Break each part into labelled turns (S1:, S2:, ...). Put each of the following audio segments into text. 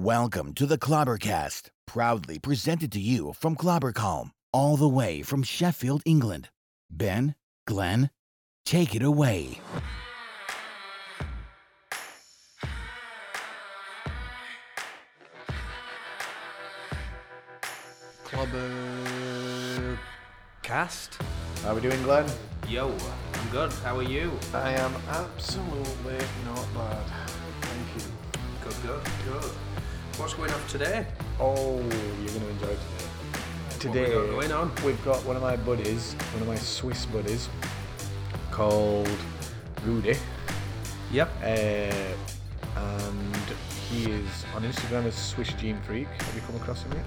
S1: Welcome to the Clobbercast, proudly presented to you from Clobbercalm, all the way from Sheffield, England. Ben, Glenn, take it away.
S2: Clubber cast.
S3: How we doing, Glenn?
S2: Yo, I'm good. How are you?
S3: I am absolutely not bad. Thank you.
S2: Good, good, good. What's going on today?
S3: Oh, you're going to enjoy today. Today,
S2: got going on?
S3: we've got one of my buddies, one of my Swiss buddies, called Rudy,
S2: Yep.
S3: uh, and he is on Instagram as Swiss Gene Freak. Have you come across him yet?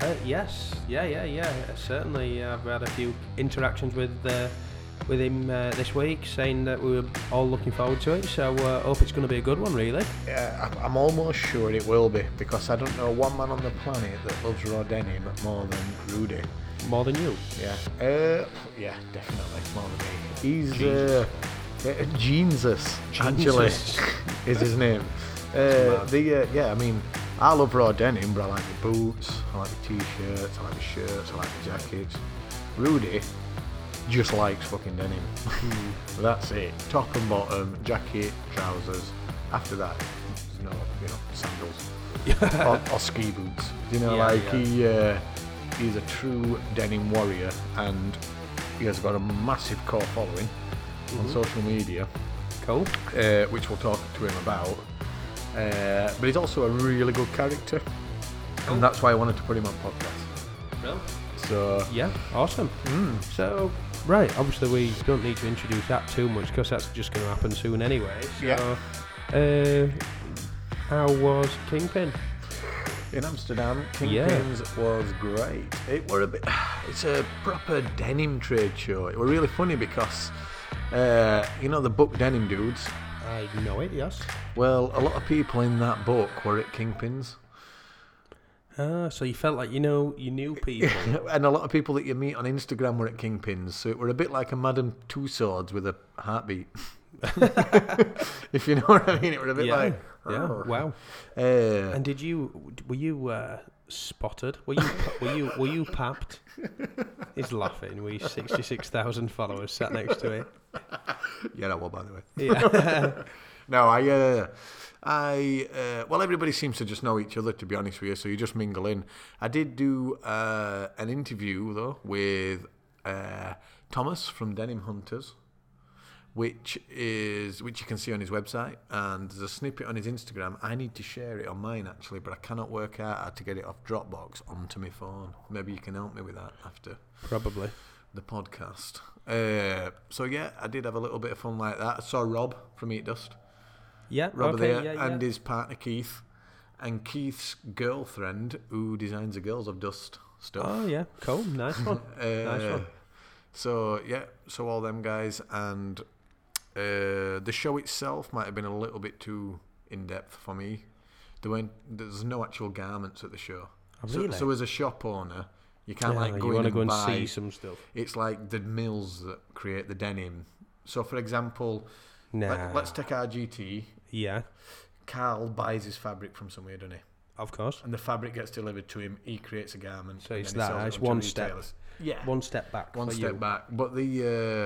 S2: Uh, yes. Yeah, yeah, yeah. Certainly, I've had a few interactions with uh, with him uh, this week, saying that we were all looking forward to it. So, uh, hope it's going to be a good one, really.
S3: Yeah, I'm- I'm almost sure it will be because I don't know one man on the planet that loves raw denim more than Rudy.
S2: More than you.
S3: Yeah. Uh, yeah, definitely. More than me. He's uh, uh, Jesus. Actually,
S2: Jesus.
S3: is his name. Uh, the uh, yeah, I mean, I love raw denim, but I like the boots, I like the t-shirts, I like the shirts, I like the jackets. Rudy just likes fucking denim.
S2: Hmm.
S3: That's it. Top and bottom, jacket, trousers. After that, there's no, you know, sandals or, or ski boots. You know,
S2: Yeah,
S3: like
S2: yeah.
S3: he uh, he's a true denim warrior, and he has got a massive core following
S2: Mm-hmm.
S3: on social media,
S2: Cool.
S3: uh, which we'll talk to him about. Uh, but he's also a really good character,
S2: Oh.
S3: and that's why I wanted to put him on podcast. So
S2: Yeah. Awesome. So, right. Obviously, we don't need to introduce that too much because that's just going to happen soon anyway. So,
S3: Yeah.
S2: Uh, how was Kingpin?
S3: in Amsterdam,
S2: Yeah.
S3: Kingpins was great. It were a bit. It's a proper denim trade show. It were really funny because. Uh, you know the book denim dudes
S2: I know it, yes.
S3: Well, a lot of people in that book were at Kingpins,
S2: Ah, so you felt like you know you knew people.
S3: and a lot of people that you meet on Instagram were at Kingpins. So it were a bit like a Madame Two Swords with a heartbeat. if you know what I mean, it were a bit
S2: yeah,
S3: like
S2: yeah.
S3: "Oh."
S2: Wow.
S3: Uh,
S2: And did you were you uh, spotted? Were you were you were you papped? He's laughing. We sixty six thousand followers sat next to it.
S3: yeah, that one by the way.
S2: Yeah.
S3: No, I, uh, I, uh, well, everybody seems to just know each other, to be honest with you. So you just mingle in. I did do uh, an interview though with uh, Thomas from Denim Hunters, which is which you can see on his website, and there's a snippet on his Instagram. I need to share it on mine actually, but I cannot work out how to get it off Dropbox onto my phone. Maybe you can help me with that after
S2: Probably.
S3: the podcast. Uh, so yeah, I did have a little bit of fun like that. I saw Rob from Eat Dust.
S2: Yeah.
S3: Rob
S2: okay,
S3: there
S2: yeah, yeah.
S3: and his partner Keith, and Keith's girlfriend who designs the girls of dust stuff.
S2: Oh yeah. Cool. Nice one. nice
S3: Uh,
S2: one.
S3: So yeah, so all them guys and uh, the show itself might have been a little bit too in depth for me. There weren't there's no actual garments at the show.
S2: Oh,
S3: So-
S2: really?
S3: so, as a shop owner, you can't
S2: Yeah,
S3: like go
S2: you
S3: in
S2: want to
S3: and
S2: go and
S3: buy
S2: see some stuff?
S3: it's like the mills that create the denim. So, for example,
S2: Nah.
S3: let, us take our GT.
S2: yeah.
S3: Carl buys his fabric from somewhere, doesn't he?
S2: Of course.
S3: And the fabric gets delivered to him. He creates a garment.
S2: So
S3: and
S2: it's
S3: then he
S2: that.
S3: sells it
S2: It's
S3: on to
S2: one step.
S3: retailers. Yeah. One,
S2: One step back. for
S3: step
S2: you.
S3: back. But the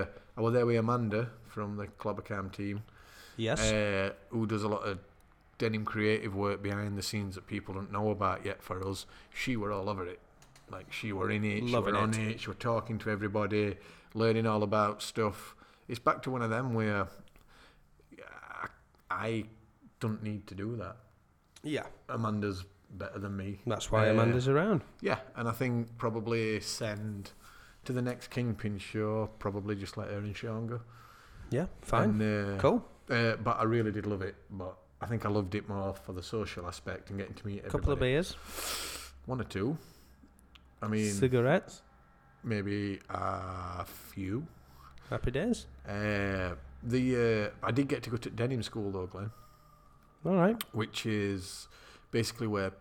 S3: uh, I was there with Amanda from the Clobbercam team,
S2: Yes.
S3: uh, who does a lot of denim creative work behind the scenes that people don't know about yet. For us, she were all over it. Like she were in it, she
S2: Loving
S3: were on
S2: it.
S3: it, she were talking to everybody, learning all about stuff. It's back to one of them where I, I don't need to do that.
S2: yeah.
S3: Amanda's better than me.
S2: That's why
S3: Uh,
S2: Amanda's around.
S3: Yeah, and I think probably send to the next Kingpin show, probably just let her and Sean go.
S2: Yeah. Fine.
S3: And, uh,
S2: cool.
S3: Uh, but I really did love it. But I think I loved it more for the social aspect and getting to meet everybody.
S2: couple of beers,
S3: One or two. I mean,
S2: cigarettes,
S3: maybe a few.
S2: happy days.
S3: Uh, the uh, I did get to go to denim school though, Glenn.
S2: All right.
S3: which is basically where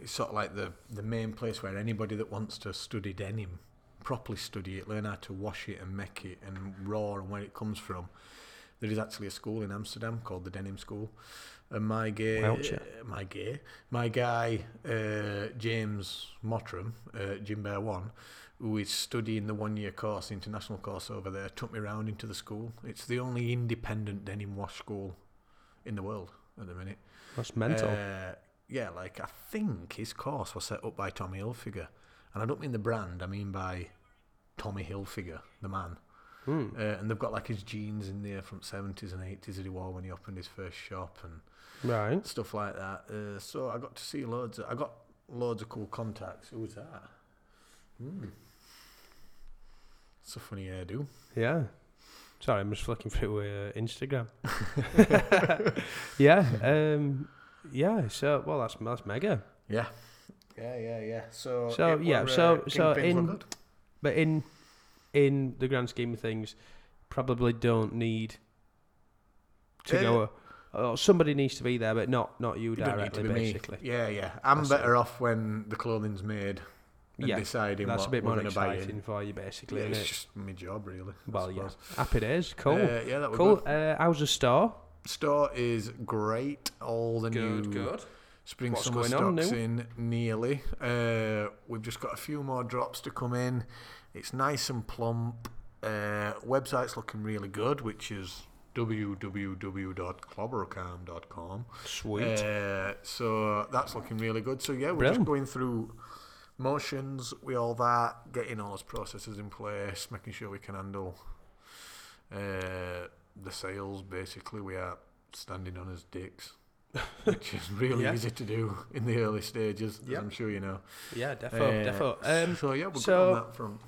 S3: it's sort of like the, the main place where anybody that wants to study denim, properly study it, learn how to wash it and make it and raw and where it comes from, There is actually a school in Amsterdam called the Denim School. And my gay, uh,
S2: Wowcher.
S3: my gay, my guy, uh, James Mottram, uh, Jim Bear One, who is studying the one-year course, international course over there, took me round into the school. It's the only independent denim wash school in the world at the minute.
S2: That's mental.
S3: Uh, yeah, like I think his course was set up by Tommy Hilfiger, and I don't mean the brand. I mean by Tommy Hilfiger, the man.
S2: Hmm.
S3: Uh, and they've got like his jeans in there from seventies and eighties that he wore when he opened his first shop and
S2: right.
S3: stuff like that. Uh, so I got to see loads. Of, I got loads of cool contacts. Who was that? Hmm. It's a funny hairdo.
S2: Yeah. Sorry, I'm just flicking through uh, Instagram. yeah. Um, yeah. So, well, that's that's mega.
S3: Yeah. Yeah, yeah, yeah. So,
S2: So,
S3: it
S2: yeah,
S3: were, uh,
S2: so- so
S3: kingpins were
S2: in-
S3: good.
S2: But in in the grand scheme of things, probably don't need to
S3: Uh,
S2: go. Or somebody needs to be there, but not not you,
S3: You don't need
S2: directly.
S3: to be me.
S2: basically,
S3: Yeah, yeah. I'm
S2: That's
S3: better off when the clothing's made and
S2: Yeah,
S3: deciding
S2: that's
S3: what
S2: a bit
S3: we're
S2: more
S3: going to buy
S2: exciting
S3: in.
S2: for you,
S3: Yeah,
S2: basically.
S3: it's
S2: innit?
S3: just my job, really. I
S2: well, yeah.
S3: suppose.
S2: Happy days. Cool.
S3: Uh, yeah, that was
S2: cool.
S3: good.
S2: Uh, how's the store?
S3: Store is great. All the new spring
S2: What's
S3: summer
S2: going on
S3: stocks
S2: now?
S3: in nearly. Uh, we've just got a few more drops to come in. It's nice and plump. Uh, website's looking really good, which is www.clobbercam.com.
S2: Sweet.
S3: Uh, so that's looking really good. So yeah, we're
S2: Brilliant.
S3: just going through motions, we all that, getting all those processes in place, making sure we can handle uh, the sales. Basically, we are standing on as dicks, which is really
S2: Yeah.
S3: easy to do in the early stages, as
S2: Yep.
S3: I'm sure you know.
S2: yeah, defo, defo. Um,
S3: uh, so yeah, we're
S2: so-
S3: good on that front.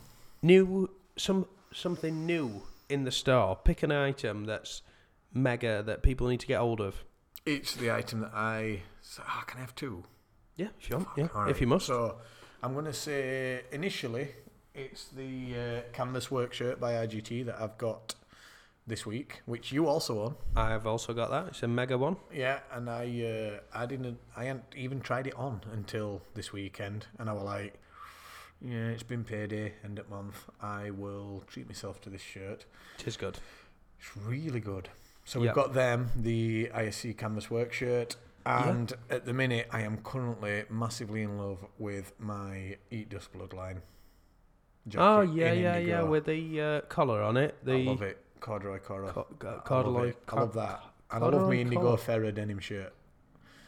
S2: new some something new in the store. Pick an item that's mega that people need to get hold of.
S3: It's the item that I so, ah, can I have two.
S2: Yeah, if you want. Yeah,
S3: All
S2: if you
S3: right,
S2: must.
S3: So I'm going to say initially it's the uh, canvas work shirt by IGT that I've got this week, which you also own.
S2: I've also got that. It's a mega one.
S3: Yeah, and I uh, I didn't I hadn't even tried it on until this weekend, and I was like, yeah, it's been payday end of month. I will treat myself to this shirt.
S2: It is good.
S3: It's really good. So we've
S2: Yeah.
S3: got them, the ISC Canvas Work shirt. And at the minute, I am currently massively in love with my Eat Dust Bloodline.
S2: oh
S3: jacket
S2: yeah,
S3: in
S2: yeah,
S3: indigo.
S2: yeah. With the uh, collar on it. The
S3: I love it. Corduroy Cora.
S2: co- co-
S3: I love,
S2: corduroy
S3: it. I love
S2: cor-
S3: that. And I love my
S2: corduroy
S3: Indigo
S2: collar.
S3: Ferra denim shirt.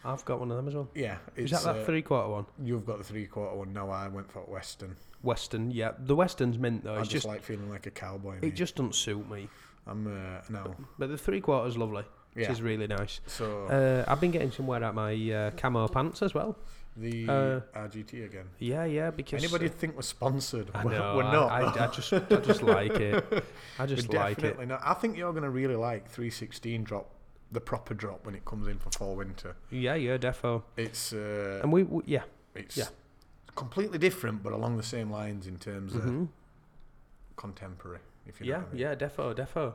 S2: I've got one of them as well.
S3: Yeah.
S2: Is
S3: It's,
S2: that that
S3: uh,
S2: three quarter one?
S3: You've got the three quarter one. No, I went for Western.
S2: Western. Yeah, the Western's mint though.
S3: I
S2: It's
S3: just,
S2: just,
S3: like feeling like a cowboy.
S2: it
S3: mate.
S2: just doesn't suit me.
S3: I'm, uh, no.
S2: But the three quarters lovely, which
S3: Yeah.
S2: is really nice.
S3: So
S2: Uh, I've been getting some wear out my uh, camo pants as well.
S3: the
S2: uh,
S3: RGT again.
S2: Yeah, yeah. Because
S3: Anybody think we're sponsored?
S2: I
S3: We're-
S2: know,
S3: we're
S2: I-
S3: not.
S2: I, I just, I just like it. I
S3: We
S2: just like it.
S3: definitely not. I think you're going to really like 316 drop, the proper drop when it comes in for fall winter.
S2: Yeah, yeah, defo.
S3: It's uh,
S2: And we, we yeah,
S3: it's
S2: yeah.
S3: completely different, but along the same lines in terms of contemporary. If you know
S2: Mm-hmm. yeah,
S3: what I mean.
S2: yeah, defo, defo.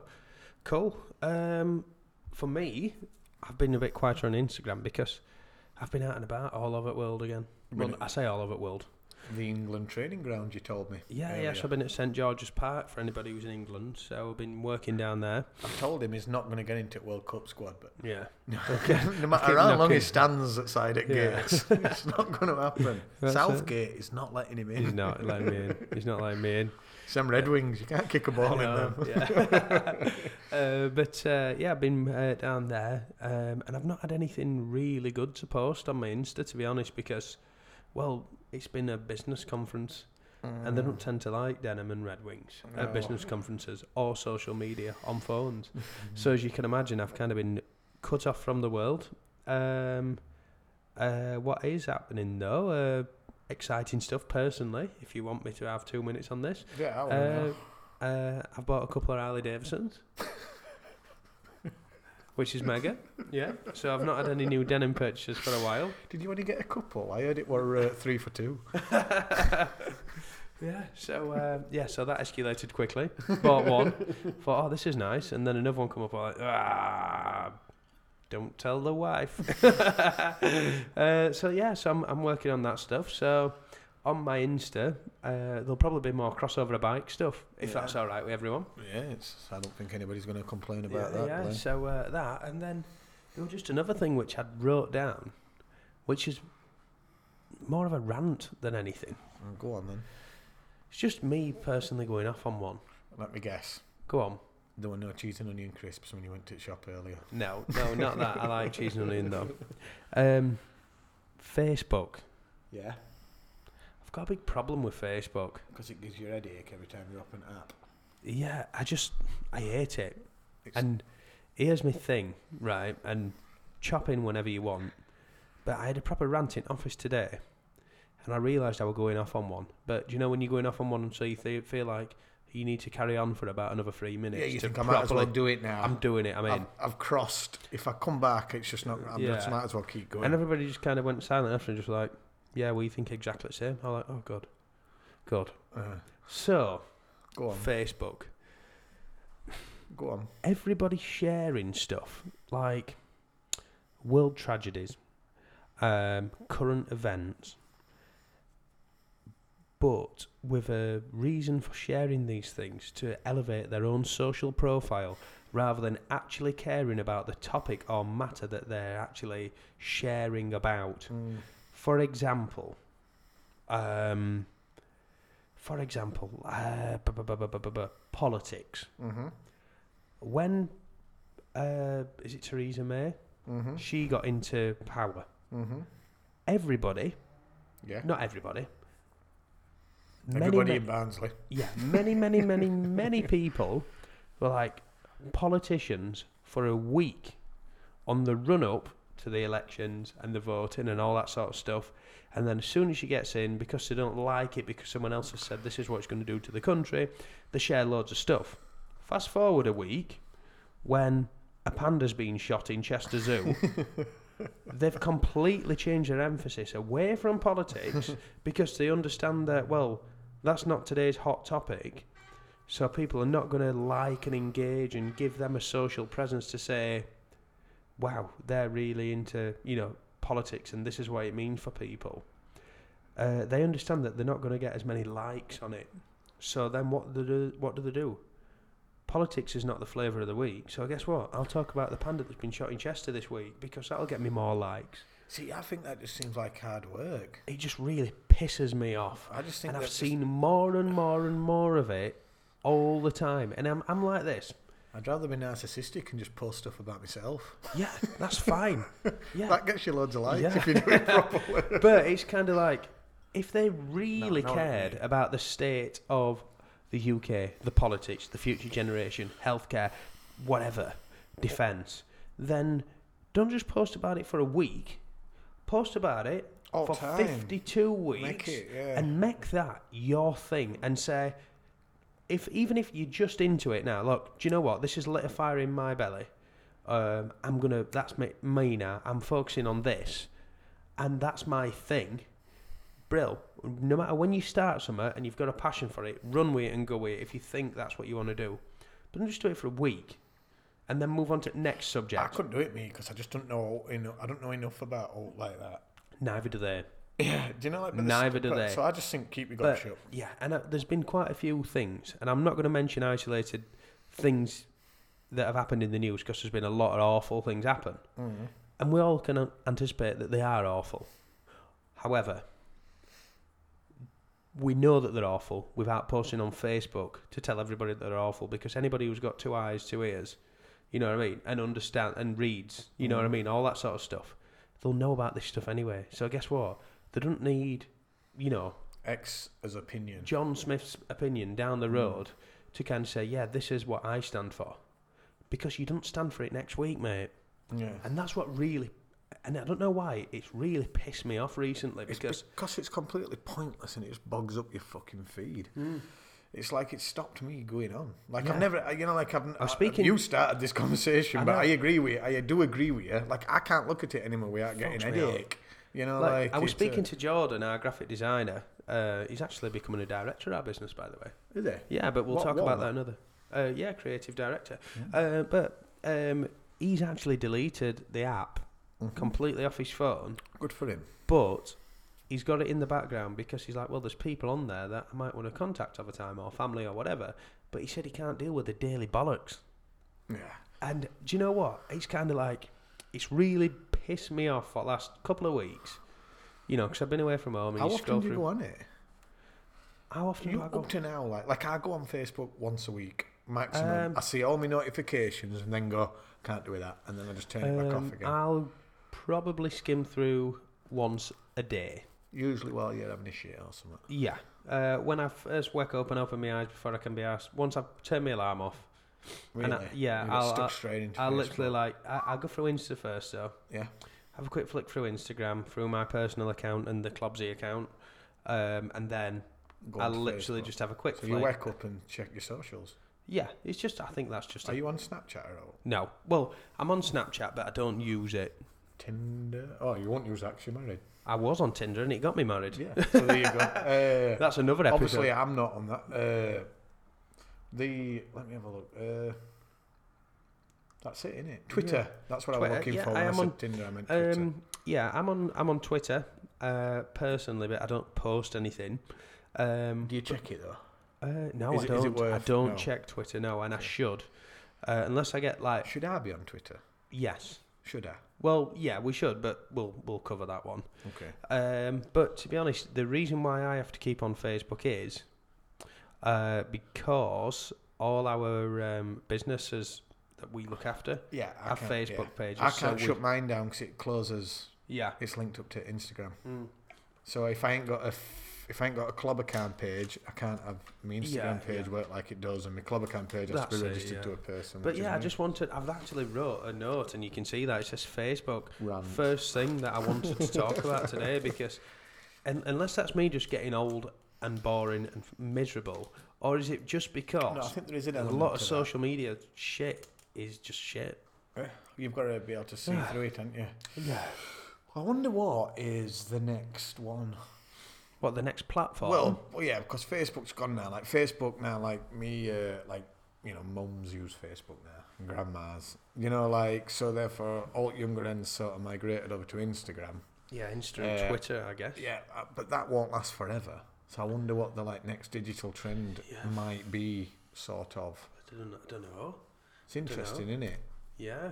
S2: Cool. Um, for me, I've been a bit quieter on Instagram because I've been out and about all over the world again. Well, I say all over the world.
S3: the England training ground you told me.
S2: Yeah, yeah.
S3: earlier.
S2: So I've been at St George's Park for anybody who's in England. So I've been working down there.
S3: I told him he's not going to get into World Cup squad, but
S2: Yeah.
S3: no matter how long he
S2: knocking.
S3: stands outside at
S2: Yeah.
S3: gates, it's not going to happen.
S2: That's it.
S3: Southgate is not letting him
S2: He's
S3: in.
S2: not letting me in. He's not letting me in.
S3: Some Red Wings, you can't kick a ball in them.
S2: No, yeah. uh, but uh, yeah, I've been uh, down there, um, and I've not had anything really good to post on my Insta, to be honest, because, well, it's been a business conference, and they don't tend to like denim and red wings
S3: Mm. No. Mm-hmm.
S2: at business conferences or social media on phones.
S3: Mm.
S2: so as you can imagine, I've kind of been cut off from the world. Um, uh, what is happening though? Uh, exciting stuff personally. If you want me to have two minutes on this.
S3: Yeah, I wanna
S2: Uh,
S3: know.
S2: uh, I've bought a couple of Harley Davidsons, which is mega. Yeah. So I've not had any new denim purchases for a while.
S3: Did you only get a couple? I heard it were uh, three for two.
S2: Yeah. So uh, yeah. So that escalated quickly. Bought one. Thought, oh, this is nice, and then another one come up. I'm like, ah, don't tell the wife. uh, so yeah. So I'm I'm working on that stuff. So on my Insta, uh, there'll probably be more crossover bike stuff if that's all right with everyone.
S3: Yeah, it's, I don't think anybody's going to complain about
S2: yeah,
S3: that.
S2: yeah.
S3: Blaine.
S2: so uh, that and then there was just another thing which I'd wrote down, which is more of a rant than anything.
S3: Oh, Go on then.
S2: It's just me personally going off on one.
S3: Let me guess.
S2: Go on.
S3: There were no cheese and onion crisps when you went to the shop earlier.
S2: No, no, not that. I like cheese and onion though. Um, Facebook.
S3: Yeah,
S2: I've got a big problem with Facebook.
S3: because it gives you a headache every time you open an app.
S2: Yeah, I just I hate it.
S3: It's-
S2: and here's my thing, right? And chop in whenever you want. But I had a proper rant in office today, and I realised I was going off on one. But do you know when you're going off on one, so you th- feel like you need to carry on for about another three minutes.
S3: Yeah, you
S2: to
S3: think I might as well
S2: properly-
S3: do it now.
S2: I'm doing it. I mean,
S3: I've, I've crossed. If I come back, it's just not. I am just
S2: Yeah.
S3: might as well keep going.
S2: and everybody just kind of went silent after, and just like, yeah, we think exactly the same. I'm like, oh god, god.
S3: uh,
S2: So
S3: go on,
S2: Facebook.
S3: go on.
S2: everybody sharing stuff like world tragedies, um, current events, but with a reason for sharing these things to elevate their own social profile rather than actually caring about the topic or matter that they're actually sharing about.
S3: Mm,
S2: For example, um, for example, uh, bu- bu- bu- bu- bu- bu- bu- politics
S3: Mm-hmm.
S2: when uh, is it Theresa May?
S3: Mm-hmm.
S2: She got into power.
S3: Mm-hmm.
S2: Everybody,
S3: Yeah.
S2: not everybody. many,
S3: Everybody
S2: ma-
S3: in Barnsley.
S2: yeah, many, many, many, many people were like politicians for a week on the run up to the elections and the voting and all that sort of stuff. And then as soon as she gets in, because they don't like it, because someone else has said this is what it's going to do to the country, they share loads of stuff. Fast forward a week when a panda's been shot in Chester Zoo. They've completely changed their emphasis away from politics because they understand that, well, that's not today's hot topic. So people are not going to like and engage and give them a social presence to say, wow, they're really into, you know, politics and this is what it means for people. Uh, they understand that they're not going to get as many likes on it. So then what do, do- what do they do? Politics is not the flavour of the week. So guess what? I'll talk about the panda that's been shot in Chester this week because that'll get me more likes.
S3: See, I think that just seems like hard work.
S2: It just really pisses me off
S3: I just think
S2: and I've
S3: that's just-
S2: seen more and more and more of it all the time. And I'm, I'm like this.
S3: I'd rather be narcissistic and just post stuff about myself.
S2: Yeah, that's fine. Yeah.
S3: That gets you loads of likes
S2: Yeah.
S3: if you do it properly.
S2: but it's kind of like if they really
S3: uh, No, no,
S2: cared
S3: yeah.
S2: about the state of the UK, the politics, the future generation, healthcare, whatever, defence, then don't just post about it for a week. Post about it
S3: All
S2: for
S3: time.
S2: 52 weeks
S3: it, yeah.
S2: and make that your thing and say, if even if you're just into it now, look, do you know what? This has lit a fire in my belly. Um, I'm gonna. That's me, me now. I'm focusing on this, and that's my thing. Brill. No matter when you start somewhere and you've got a passion for it, run with it and go with it if you think that's what you want to do. But don't just do it for a week, and then move on to next
S3: I
S2: subject.
S3: couldn't do it, me, because I just don't know. Enough, I don't know enough about alt like that.
S2: Neither do they.
S3: Yeah, do you know? Like, but this-
S2: Neither do
S3: but-
S2: they.
S3: So I just think keep your gut
S2: But
S3: shut.
S2: yeah, and uh, there's been quite a few things, and I'm not going to mention isolated things that have happened in the news because there's been a lot of awful things happen,
S3: Mm.
S2: and we all can uh, anticipate that they are awful. However, we know that they're awful without posting on Facebook to tell everybody that they're awful because anybody who's got two eyes, two ears, you know what I mean, and understand and reads, you know what I mean, all that sort of stuff, they'll know about this stuff anyway. So guess what? They don't need, you know,
S3: X as opinion.
S2: John Smith's opinion down the road to kind of say, yeah, this is what I stand for. Because you don't stand for it next week, mate.
S3: Yeah.
S2: And that's what really, and I don't know why, it's really pissed me off recently
S3: It's
S2: because,
S3: because it's completely pointless and it just bogs up your fucking feed.
S2: Hmm.
S3: It's like it stopped me going on. Like I've never, I- you know, like I've. I-
S2: speaking-
S3: You started this conversation, but
S2: know.
S3: I agree with you. I do agree with you. Like I can't look at it anymore without getting
S2: me up.
S3: headache. You know,
S2: like,
S3: like,
S2: I was
S3: it's, uh,
S2: speaking to Jordan, our graphic designer. Uh, he's actually becoming a director at our business, by the way.
S3: Is it?
S2: Yeah, but we'll
S3: What-
S2: talk
S3: what
S2: about
S3: one?
S2: that another. Uh, yeah, creative director. Uh, but um, he's Mm-hmm. actually deleted the app completely off his phone.
S3: Good for him.
S2: But he's got it in the background because he's like, well, there's people on there that I might want to contact over time or family or whatever. But he said he can't deal with the daily bollocks.
S3: Yeah.
S2: And do you know what? It's kind of like it's really pissed me off for the last couple of weeks. You know, because I've been away from home. And
S3: How
S2: you
S3: often
S2: scroll
S3: do you
S2: through.
S3: go on it?
S2: How often
S3: You
S2: do I go?
S3: up to now, like like I go on Facebook once a week maximum.
S2: Um,
S3: I see all my notifications and then go can't do that, and then I just turn it back
S2: Um,
S3: off again.
S2: I'll probably skim through once a day.
S3: Usually while you're having a shit or something.
S2: Yeah. Uh, when I first wake up and open my eyes before I can be asked, once I've turned my alarm off,
S3: Really?
S2: and I, yeah,
S3: You get
S2: I'll,
S3: stuck
S2: I'll,
S3: straight into
S2: I'll
S3: Facebook.
S2: literally like, I, I'll go through Insta first, so
S3: yeah.
S2: have a quick flick through Instagram, through my personal account and the Clubsy account, um, and then
S3: Go
S2: I'll
S3: onto
S2: literally
S3: Facebook.
S2: just have a quick
S3: So you
S2: flick.
S3: wake up and check your socials.
S2: yeah, it's just, I think that's just
S3: Are
S2: a,
S3: you on Snapchat or all?
S2: no. Well, I'm on Snapchat, but I don't use it.
S3: Tinder? Oh, you won't use that 'cause you're married.
S2: I was on Tinder and it got me married.
S3: Yeah. So there you go. Uh,
S2: That's another episode.
S3: obviously, I'm not on that. Uh, the let me have a look. Uh, that's it, isn't it? Twitter. That's what I
S2: Twitter,
S3: was looking
S2: yeah,
S3: for when
S2: I
S3: I,
S2: am
S3: said
S2: on-
S3: Tinder. I meant Twitter.
S2: Um, yeah, I'm on I'm on Twitter uh, personally, but I don't post anything. Um,
S3: Do you check it though?
S2: uh, no,
S3: Is
S2: I
S3: it- is it
S2: don't. I
S3: worth-
S2: don't
S3: no.
S2: check Twitter. No, and I should, uh, unless I get like
S3: Should I be on Twitter?
S2: yes.
S3: Should I?
S2: Well, yeah, we should, but we'll we'll cover that one.
S3: Okay.
S2: Um, but to be honest, the reason why I have to keep on Facebook is uh, because all our um, businesses that we look after
S3: Yeah, I
S2: have
S3: can't-
S2: Facebook
S3: yeah.
S2: pages.
S3: I can't
S2: so
S3: shut
S2: we,
S3: mine down because it closes.
S2: yeah,
S3: It's linked up to Instagram.
S2: Hmm.
S3: So if I ain't got a f- if I ain't got a club account page, I can't have my Instagram
S2: Yeah,
S3: page
S2: yeah.
S3: work like it does, and my club account page has to
S2: That's
S3: be
S2: it,
S3: registered
S2: yeah.
S3: to a person.
S2: But
S3: which is
S2: yeah, I
S3: me.
S2: just wanted. I've actually wrote a note, and you can see that it says Facebook.
S3: Rant.
S2: First thing that I wanted to talk about today, because un unless that's me just getting old and boring and f- miserable, or is it just because
S3: no, I think there is an
S2: a
S3: element
S2: lot of
S3: to that.
S2: social media shit is just shit?
S3: Eh, You've got to be able to see through it, haven't you?
S2: Yeah.
S3: I wonder what is the next one.
S2: What the next platform?
S3: Well, well, yeah, because Facebook's gone now. Like Facebook now, like me, uh, like you know, mums use Facebook now, and grandmas. You know, like so. Therefore, all younger ends sort of migrated over to Instagram.
S2: yeah, Instagram,
S3: uh,
S2: Twitter, I guess.
S3: Yeah, uh, but that won't last forever. So I wonder what the like next digital trend might be. Sort of.
S2: I don't, I don't know.
S3: It's interesting, isn't it?
S2: Yeah,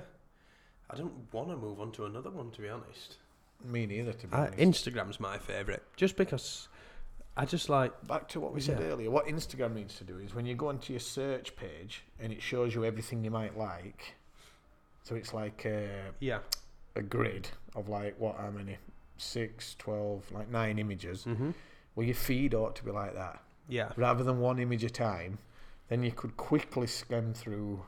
S2: I don't want to move on to another one to be honest.
S3: Me neither, to be
S2: I,
S3: honest.
S2: Instagram's my favorite, just because I just like
S3: Back to what we said
S2: Yeah.
S3: earlier. What Instagram needs to do is when you go onto your search page and it shows you everything you might like. So it's like. Uh,
S2: yeah.
S3: a grid of like what how many six, twelve, like nine images. Mm-hmm. Well, your feed ought to be like that,
S2: Yeah,
S3: rather than one image a time. Then you could quickly skim through,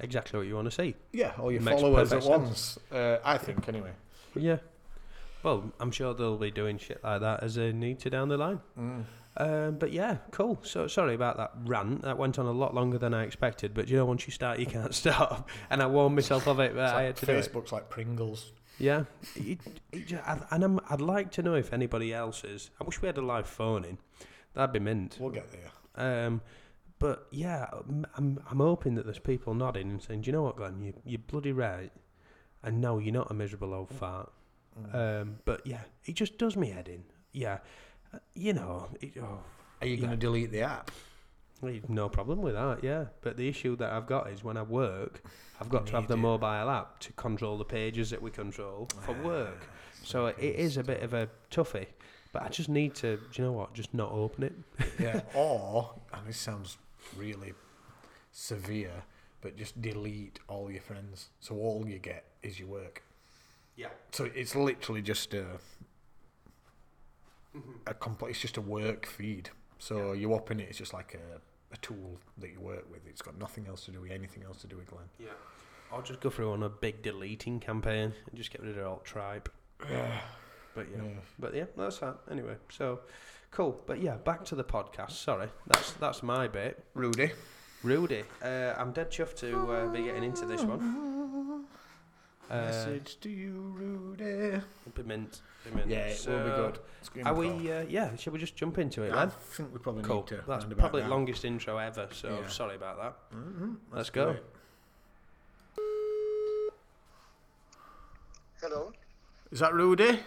S2: exactly what you want to see.
S3: yeah, all your
S2: Makes
S3: followers at
S2: perfect
S3: once. Uh, I think anyway.
S2: Yeah. Well, I'm sure they'll be doing shit like that as they need to down the line.
S3: Mm.
S2: Um, but yeah, cool. So sorry about that rant. That went on a lot longer than I expected. But you know, once you start, you can't stop. And I warned myself of it, but I had to do it.
S3: Facebook's like Pringles.
S2: Yeah. It, it, ju- I- and I'm, I'd like to know if anybody else is. I wish we had a live phone in. That'd be mint.
S3: We'll get there.
S2: Um, but yeah, I'm, I'm I'm hoping that there's people nodding and saying, "Do you know what, Glenn? You you're bloody right." And no, you're not a miserable old fart. Um, but yeah, it just does me head in. Yeah, Uh, you know, it, oh,
S3: Are you going to delete the app?
S2: well, no problem with that. Yeah, but the issue that I've got is when I work, I've got to have the mobile app to control the pages that we control for work. So it is a bit of a toughie. But I just need to, do you know what? Just not open it.
S3: Yeah. or and this sounds really severe, but just delete all your friends. So all you get is your work.
S2: Yeah.
S3: So it's literally just a a complete. It's just a work feed. So you open it. It's just like a, a tool that you work with. It's got nothing else to do with anything else to do with Glenn.
S2: Yeah. I'll just go through on a big deleting campaign and just get rid of all tribe. but yeah.
S3: Yeah.
S2: But yeah, that's that. Anyway, so cool. But yeah, back to the podcast. Sorry. That's that's my bit.
S3: Rudy,
S2: Rudy, uh, I'm dead chuffed to uh, be getting into this one. Uh,
S3: message to you, Rudy.
S2: be mint, be mint.
S3: Yeah, it will be
S2: So,
S3: good. It's gonna
S2: Are
S3: be
S2: we? Uh, yeah. Shall we just jump into it?
S3: cool. I
S2: Lad?
S3: think we probably
S2: Cool.
S3: need to.
S2: That's
S3: round about
S2: probably
S3: now.
S2: longest intro ever. So
S3: Yeah.
S2: sorry about that.
S3: Mhm,
S2: Let's
S3: do
S2: go.
S3: it.
S4: Hello.
S3: Is that Rudy?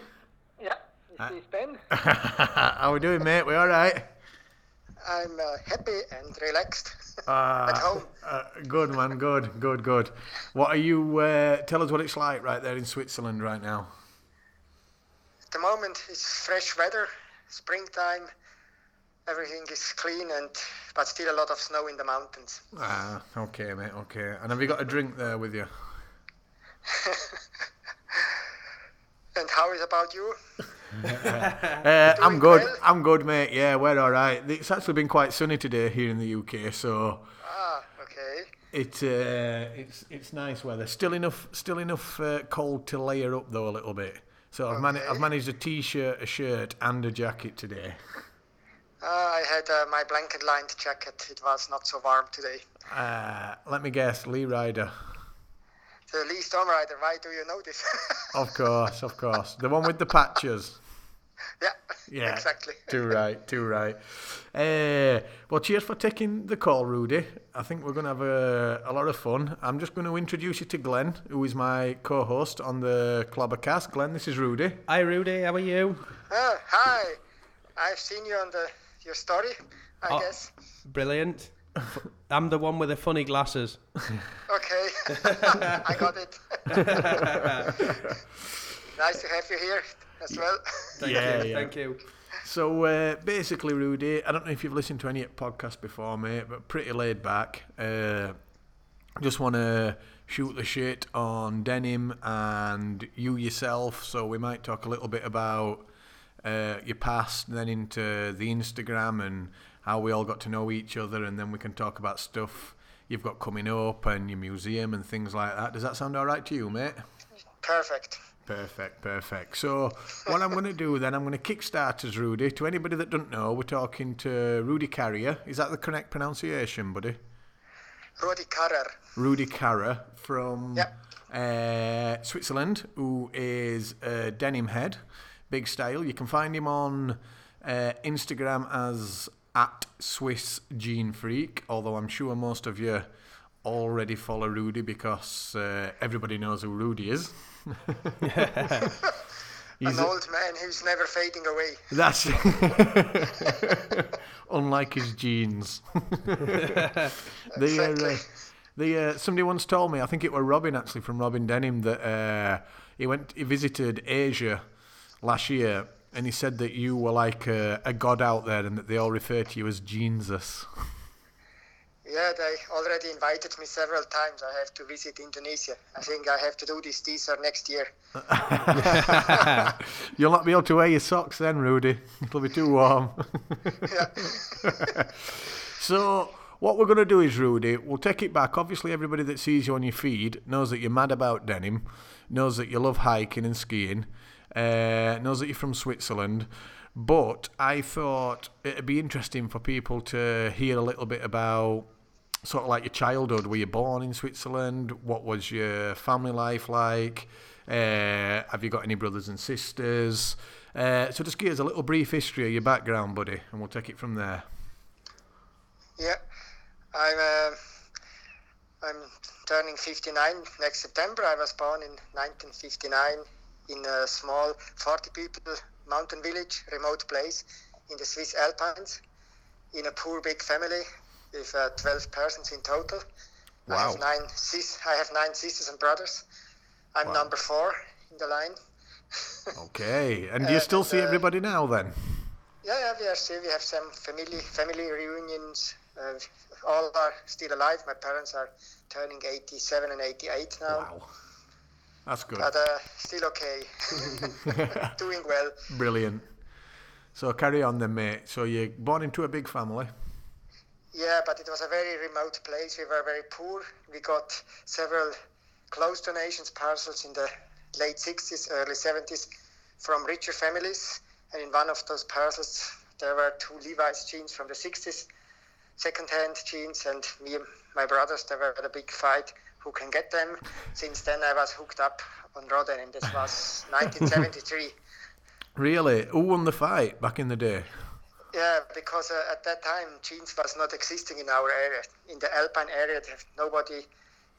S4: Yeah. It's me, Ben.
S3: How we doing, mate? We all right?
S4: I'm uh, happy and relaxed
S3: Ah,
S4: at home.
S3: Uh, good man, good, good, good. What are you? Uh, tell us what it's like right there in Switzerland right now.
S4: At the moment, it's fresh weather, springtime. Everything is clean, and but still a lot of snow in the mountains.
S3: Ah, okay, mate, okay. And have you got a drink there with you?
S4: And how is about you?
S3: Uh, I'm
S4: Doing
S3: good.
S4: well?
S3: I'm good, mate. Yeah, we're all right. It's actually been quite sunny today here in the UK, so
S4: Ah, okay.
S3: it uh, it's it's nice weather. Still enough, still enough uh, cold to layer up though a little bit. So I've, mani- I've managed a t-shirt, a shirt, and a jacket today.
S4: Ah, I had uh, my blanket-lined jacket. It was not so warm today.
S3: Uh, let me guess, Lee Ryder.
S4: The Lee Storm Rider. Why do you know this?
S3: Of course, of course, the one with the patches.
S4: yeah,
S3: Yeah,
S4: exactly.
S3: Too right, too right. Uh, well, cheers for taking the call, Rudy. I think we're going to have a, a lot of fun. I'm just going to introduce you to Glenn, who is my co-host on the Clobbercast. Glenn, this is Rudy.
S2: Hi, Rudy. How are you?
S4: Ah, hi. I've seen you on the your story. I
S2: Oh.
S4: guess.
S2: Brilliant. I'm the one with the funny glasses.
S4: Okay, I got it. nice to have you here as well.
S2: Thank
S3: Yeah,
S2: you.
S3: yeah.
S2: Thank you.
S3: So uh, basically, Rudy, I don't know if you've listened to any podcast before, mate, but pretty laid back. Uh, just want to shoot the shit on denim and you yourself. So we might talk a little bit about uh, your past, then into the Instagram and how we all got to know each other, and then we can talk about stuff you've got coming up and your museum and things like that. Does that sound all right to you, mate?
S4: Perfect.
S3: Perfect, perfect. So, what I'm going to do then, I'm going to kickstart us, Rudy. To anybody that doesn't know, we're talking to Rudy Carrier. Is that the correct pronunciation, buddy?
S4: Rudi Karrer.
S3: Rudy Carrier from
S4: Yep.
S3: uh, Switzerland, who is a denim head, big style. You can find him on uh, Instagram as at Swiss Gene Freak, although I'm sure most of you already follow Rudy because uh, everybody knows who Rudy is. He's
S4: An
S3: a-
S4: old man who's never fading away.
S3: That's unlike his jeans. the, uh,
S4: Exactly.
S3: the uh, somebody once told me, I think it were Robin actually from Robin Denim, that uh, he went he visited Asia last year, and he said that you were like a, a god out there, and that they all refer to you as Jesus.
S4: Yeah, they already invited me several times. I have to visit Indonesia. I think I have to do this teaser next year.
S3: You'll not be able to wear your socks then, Rudy. It'll be too warm. so, what we're going to do is, Rudy, we'll take it back. Obviously, everybody that sees you on your feed knows that you're mad about denim, knows that you love hiking and skiing, uh, knows that you're from Switzerland. But I thought it'd be interesting for people to hear a little bit about sort of like your childhood. Were you born in Switzerland? What was your family life like? Uh, have you got any brothers and sisters? Uh, so just give us a little brief history of your background, buddy, and we'll take it from there.
S4: Yeah, I'm uh, I'm turning 59 next September. I was born in 1959 in a small 40 people mountain village, remote place in the Swiss Alpines, in a poor big family with uh, 12 persons in total. I have
S3: Wow.
S4: nine sis. I have nine sisters and brothers. I'm number four in the line.
S3: Okay. And do you
S4: Uh,
S3: still see
S4: uh,
S3: everybody now then?
S4: Yeah, yeah, we are still. We have some family family reunions. Uh, all are still alive. My parents are turning 87 and 88 now,
S3: Wow. That's good.
S4: but uh, still okay, doing well.
S3: Brilliant. So carry on then, mate. So you're born into a big family.
S4: Yeah, but it was a very remote place. We were very poor. We got several clothes donations parcels in the late 60s, early 70s from richer families. And in one of those parcels, there were two Levi's jeans from the 60s, second-hand jeans. And me and my brothers, there were a big fight who can get them. Since then, I was hooked up on Roden, and this was 1973.
S3: Really? Who won the fight back in the day?
S4: Yeah, because uh, at that time jeans was not existing in our area. In the Alpine area, there- nobody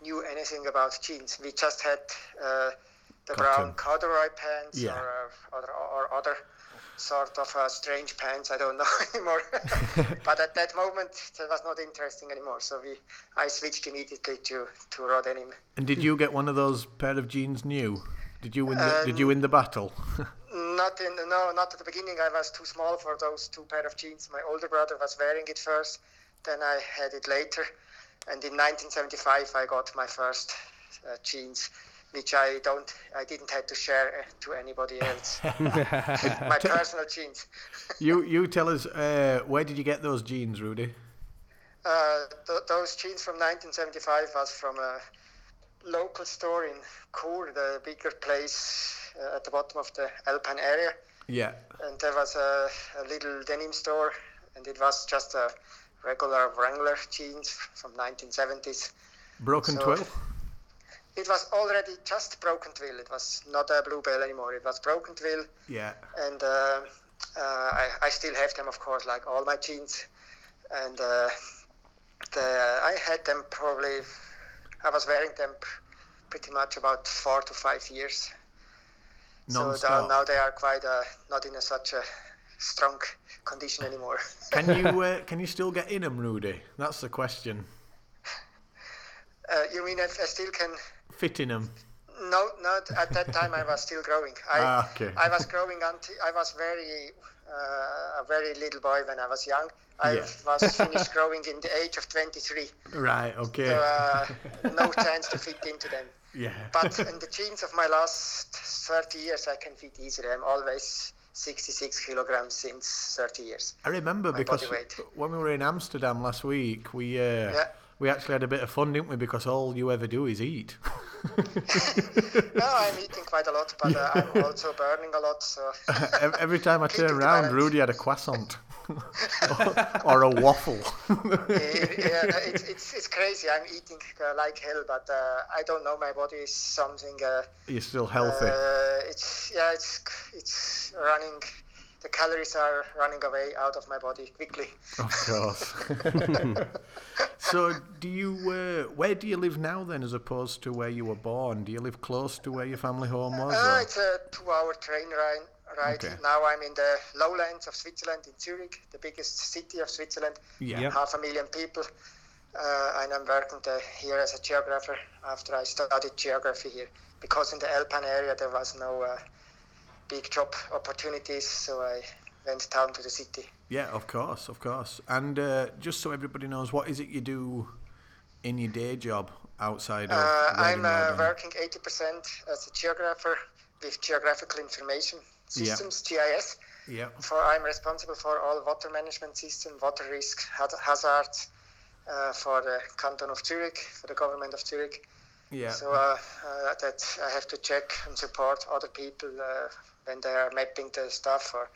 S4: knew anything about jeans. We just had uh, the
S3: Cotton.
S4: brown corduroy pants
S3: Yeah.
S4: or, uh, or, or other sort of uh, strange pants. I don't know anymore. but at that moment, that was not interesting anymore. So we, I switched immediately to, to raw denim.
S3: And did you get one of those pair of jeans new? Did you win? The,
S4: Um,
S3: did you win the battle?
S4: Not in no, not at the beginning. I was too small for those two pair of jeans. My older brother was wearing it first. Then I had it later, and in 1975 I got my first uh, jeans, which I don't, I didn't have to share uh, to anybody else. my personal jeans.
S3: you you tell us uh, where did you get those jeans, Rudy?
S4: Uh, th- those jeans from 1975 was from a local store in Chur, the bigger place uh, at the bottom of the Alpine area.
S3: Yeah.
S4: and there was a, a little denim store, and it was just a regular Wrangler jeans from 1970s.
S3: Broken
S4: So-
S3: twill.
S4: It was already just broken twill. It was not a bluebell anymore. It was broken twill,
S3: Yeah.
S4: and uh, uh, I, I still have them, of course, like all my jeans. And uh, the, I had them probably. I was wearing them pr- pretty much about four to five years. So
S3: Non-stop.
S4: now- now they are quite uh, not in a, such a strong condition anymore.
S3: Can you uh, can you still get in 'em, Rudy? That's the question.
S4: Uh, you mean if I still can?
S3: Fit in 'em.
S4: No, not at that time. I was still growing. I,
S3: Ah, okay.
S4: I was growing until I was very uh, a very little boy when I was young. I
S3: Yeah.
S4: was finished growing in the age of 23.
S3: Right. Okay.
S4: Uh, no chance to fit into them.
S3: yeah.
S4: But in the jeans of my last 30 years, I can fit easily. I'm always 66 kilograms since 30 years.
S3: I remember because
S4: body weight.
S3: when we were in Amsterdam last week, we uh,
S4: Yeah.
S3: we actually had a bit of fun, didn't we? Because all you ever do is eat.
S4: No, I'm eating quite a lot, but uh, I'm also burning a lot. So
S3: Ev- Every time I turn
S4: Keeping the
S3: around,
S4: balance.
S3: Rudy had a croissant or a waffle.
S4: yeah, it's, it's, it's crazy. I'm eating uh, like hell, but uh, I don't know. My body is something. Uh,
S3: You're still healthy.
S4: uh, it's yeah, it's it's running. The calories are running away out of my body quickly.
S3: Of course. so, do you uh, where do you live now then, as opposed to where you were born? Do you live close to where your family home was?
S4: Uh,
S3: or-
S4: it's a two-hour train ride. Right
S3: Okay.
S4: now, I'm in the lowlands of Switzerland, in Zurich, the biggest city of Switzerland.
S3: yeah.
S2: Yeah.
S4: half a million people. Uh, and I'm working there here as a geographer after I studied geography here. Because in the Alpine area there was no uh, big job opportunities, so I went down to the city.
S3: Yeah, of course, of course. And uh, just so everybody knows, what is it you do in your day job outside of?
S4: Uh, I'm
S3: riding
S4: uh,
S3: around?
S4: working 80% as a geographer with geographical information systems, GIS.
S3: Yeah.
S4: For I'm responsible for all water management system, water risk, ha- hazards uh, for the canton of Zurich, for the government of Zurich.
S3: Yeah.
S4: So uh, uh, that I have to check and support other people uh, when they are mapping the stuff or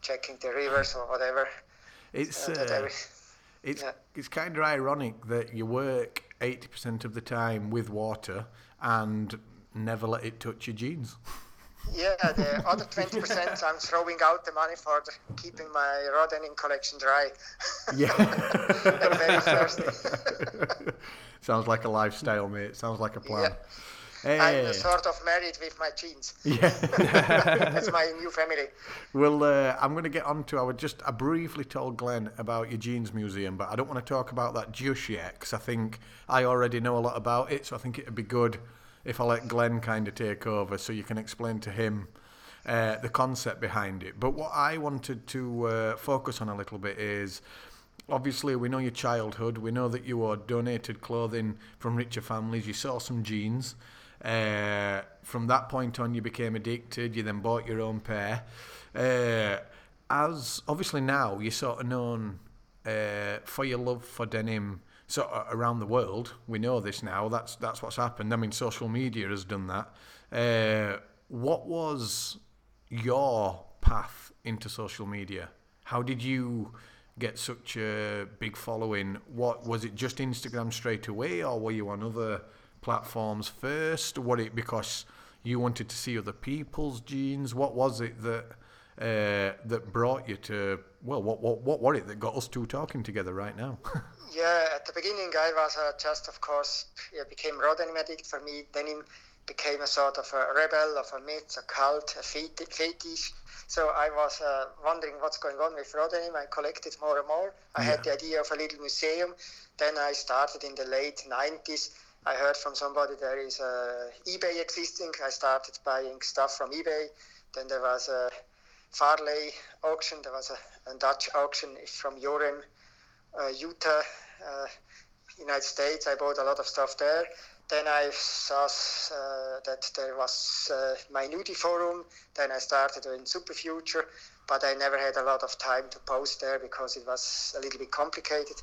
S4: checking the rivers or whatever.
S3: it's
S4: That
S3: uh,
S4: every-
S3: it's
S4: yeah.
S3: it's kind of ironic that you work eighty percent of the time with water and never let it touch your jeans.
S4: yeah, the other 20% I'm throwing out the money for the, keeping my raw denim collection dry.
S3: Yeah.
S4: At very first.
S3: Sounds like a lifestyle, mate. Sounds like a plan. Eh.
S4: I'm
S3: Hey.
S4: sort of married with my jeans.
S3: Yeah.
S4: That's my new family.
S3: Well, uh, I'm going to get on to. I would just. I briefly told Glenn about your jeans museum, but I don't want to talk about that just yet because I think I already know a lot about it. So I think it'd be good if I let Glenn kind of take over, so you can explain to him uh, the concept behind it. But what I wanted to uh, focus on a little bit is. Obviously, we know your childhood. We know that you wore donated clothing from richer families. You saw some jeans. Uh, from that point on, you became addicted. You then bought your own pair. Uh, as obviously now, you're sort of known uh, for your love for denim. So uh, around the world, we know this now. That's that's what's happened. I mean, social media has done that. Uh, what was your path into social media? How did you get such a big following? What was it just Instagram straight away or were you on other platforms first? Were it because you wanted to see other people's genes? What was it that uh, that brought you to well what what what were it that got us two talking together right now?
S4: Yeah, at the beginning I was uh, just, of course, I became raw denim addict. For me, denim became a sort of a rebel, of a myth, a cult, a feti- fetish. So I was uh, wondering what's going on with Rodenim. I collected more and more. I had the idea of a little museum. Then I started in the late 90s. I heard from somebody there is uh, eBay existing. I started buying stuff from eBay. Then there was a Farley auction. There was a, a Dutch auction from Jorim, uh, Utah, uh, United States. I bought a lot of stuff there. Then I saw uh, that there was uh, my nudie forum. Then I started in Superfuture, but I never had a lot of time to post there because it was a little bit complicated.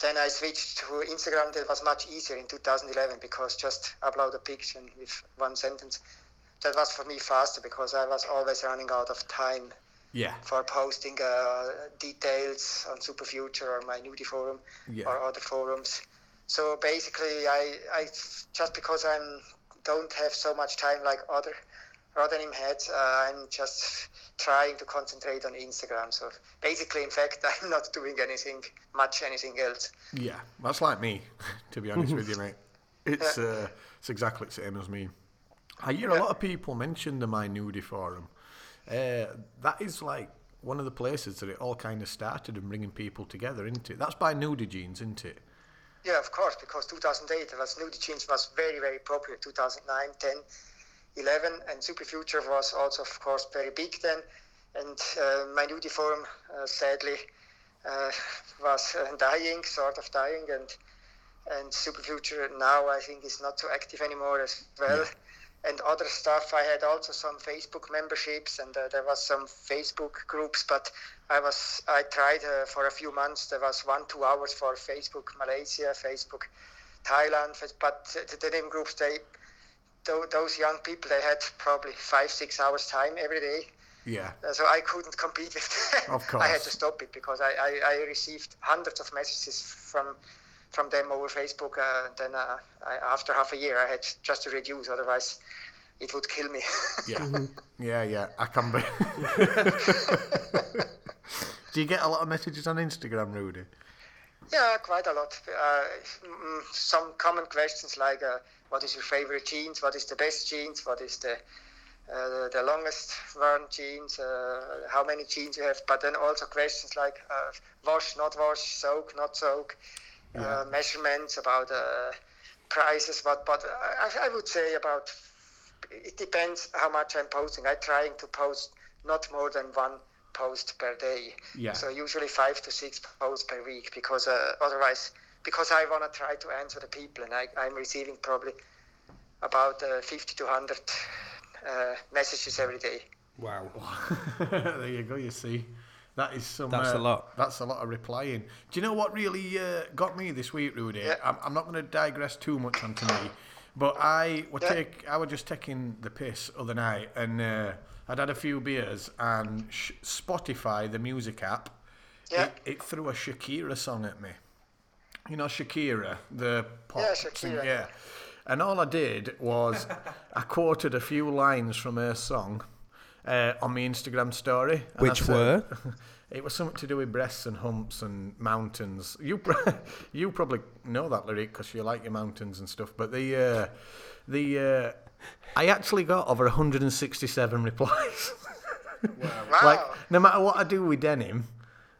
S4: Then I switched to Instagram. That was much easier in 2011 because just upload a picture and with one sentence. That was for me faster because I was always running out of time
S3: Yeah.
S4: for posting uh, details on Superfuture or my nudie forum
S3: Yeah.
S4: or other forums. So basically, I, I just because I'm don't have so much time like other Rodenim had, uh, I'm just trying to concentrate on Instagram. So basically, in fact, I'm not doing anything much anything else.
S3: Yeah. That's like me, to be honest with you, mate. It's uh, it's exactly the same as me. I hear a lot of people mention the My Nudie Forum. Uh, that is like one of the places that it all kind of started and bringing people together, isn't it? That's by Nudie Jeans, isn't it?
S4: Yeah, of course, because 2008 was nudie jeans was very very popular. 2009, 10, 11, and Superfuture was also of course very big then. And uh, my nudie forum, uh, sadly, uh, was uh, dying, sort of dying, and and Superfuture now I think is not so active anymore as well. And other stuff, I had also some Facebook memberships, and uh, there was some Facebook groups. But I was I tried uh, for a few months. There was one two hours for Facebook Malaysia, Facebook Thailand, Fa- but the, the name groups they tho- those young people they had probably five six hours time every day
S3: Yeah.
S4: uh, so I couldn't compete with them.
S3: Of
S4: I had
S3: course.
S4: to stop it because I, I, I received hundreds of messages from from them over Facebook. Uh, then uh, I, after half a year, I had just to reduce, otherwise it would kill me.
S3: Yeah. yeah, yeah. I can be. Do you get a lot of messages on Instagram, Rudy?
S4: yeah, quite a lot. Uh, mm, some common questions like uh, what is your favorite jeans? What is the best jeans? What is the uh, the longest worn jeans, uh, how many jeans you have, but then also questions like uh, wash, not wash, soak, not soak, uh, measurements about uh, prices, what, but I, I would say about it depends how much I'm posting. I'm trying to post not more than one post per day.
S3: Yeah.
S4: So usually five to six posts per week because uh, otherwise, because I want to try to answer the people and I, I'm receiving probably about uh, 50 to 100 uh, messages every day.
S2: Wow.
S3: there you go. You see, that is some.
S2: That's
S3: uh,
S2: a lot.
S3: That's a lot of replying. Do you know what really uh, got me this week, Rudy? I'm, I'm not going to digress too much onto me, but I were
S4: Yeah.
S3: take I were just taking the piss other night, and uh, I'd had a few beers, and sh- Spotify, the music app,
S4: Yeah.
S3: it, it threw a Shakira song at me. You know Shakira, the pop
S4: Yeah,
S3: singer.
S4: Shakira.
S3: Yeah. And all I did was I quoted a few lines from her song uh, on my Instagram story. and I
S2: Which were?
S3: It was something to do with breasts and humps and mountains. You pro- you probably know that lyric because you like your mountains and stuff. But the uh, the uh, I actually got over 167 replies.
S4: Wow.
S3: Like no matter what I do with denim,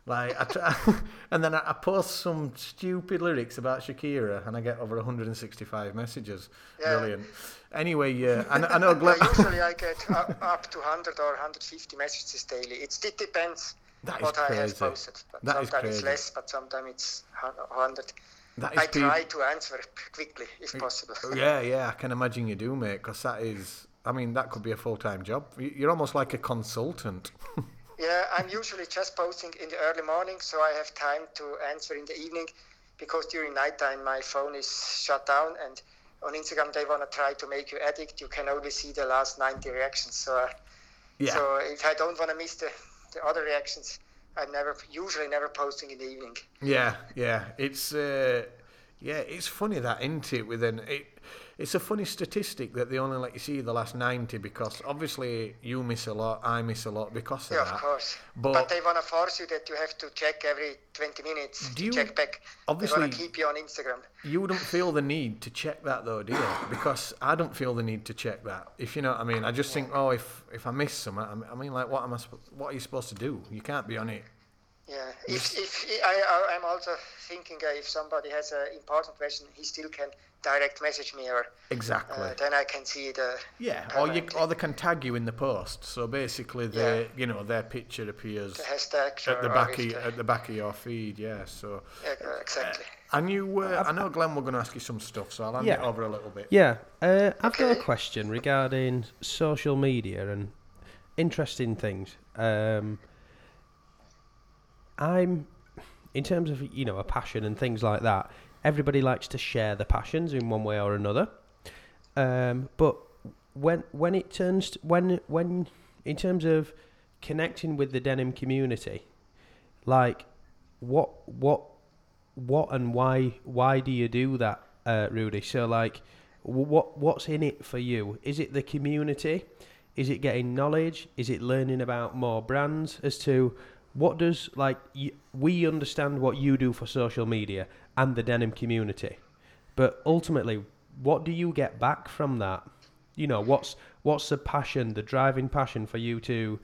S3: like I try, and then I, I post some stupid lyrics about Shakira, and I get over 165 messages.
S4: Yeah.
S3: Brilliant. Anyway, yeah, I, kn- I know.
S4: Uh,
S3: Glenn,
S4: usually I get u- up to 100 or 150 messages daily. It's, it depends
S3: That is
S4: what I have
S3: crazy.
S4: posted. But
S3: That is
S4: sometimes it's
S3: crazy.
S4: less, but sometimes it's hu- 100.
S3: That is
S4: I
S3: pe-
S4: try to answer p- quickly if possible.
S3: yeah, yeah, I can imagine you do, mate. Because that is, I mean, that could be a full time job. You- You're almost like a consultant.
S4: Yeah, I'm usually just posting in the early morning, so I have time to answer in the evening because during nighttime my phone is shut down and on Instagram they want to try to make you addict. You can only see the last 90 reactions. So, uh,
S3: Yeah.
S4: so if I don't want to miss the, the other reactions, I'm never usually never posting in the evening.
S3: Yeah, yeah. It's uh, yeah, it's funny that isn't it? Within it, It's a funny statistic that they only let you see the last 90 because obviously you miss a lot, I miss a lot because of
S4: Yeah,
S3: that.
S4: of course.
S3: But,
S4: But, they want to force you that you have to check every 20 minutes.
S3: Do
S4: to
S3: you-
S4: check back. they want to
S3: obviously-
S4: keep you on Instagram.
S3: you don't feel the need to check that though, do you? Because I don't feel the need to check that. If you know what I mean, I just think, oh, if if I miss something, I mean- I mean, like, what am I? suppo- What are you supposed to do? You can't be on it.
S4: Yeah. If, if I, I, I'm also thinking uh, if somebody has an important question, he still can direct message me or
S3: Exactly.
S4: uh, then I can see the.
S3: yeah, or you,
S4: permanently.
S3: or they can tag you in the post. So basically, their you know their picture appears
S4: hashtag
S3: at the
S4: or
S3: back
S4: if
S3: of,
S4: the-
S3: at the back of your feed. Yeah. So
S4: Yeah, exactly.
S3: and you, uh, I know Glenn, we're going to ask you some stuff, so I'll hand it
S2: Yeah.
S3: over a little bit.
S2: Yeah, uh, I've got a question regarding social media and interesting things. Um, I'm, in terms of you know a passion and things like that. Everybody likes to share their passions in one way or another. Um, but when when it turns to, when when in terms of connecting with the denim community, like what what what and why why do you do that, uh, Rudy? So like, wh- what what's in it for you? Is it the community? Is it getting knowledge? Is it learning about more brands? As to what does like y- we understand what you do for social media and the denim community, but ultimately, what do you get back from that? You know, what's what's the passion, the driving passion for you to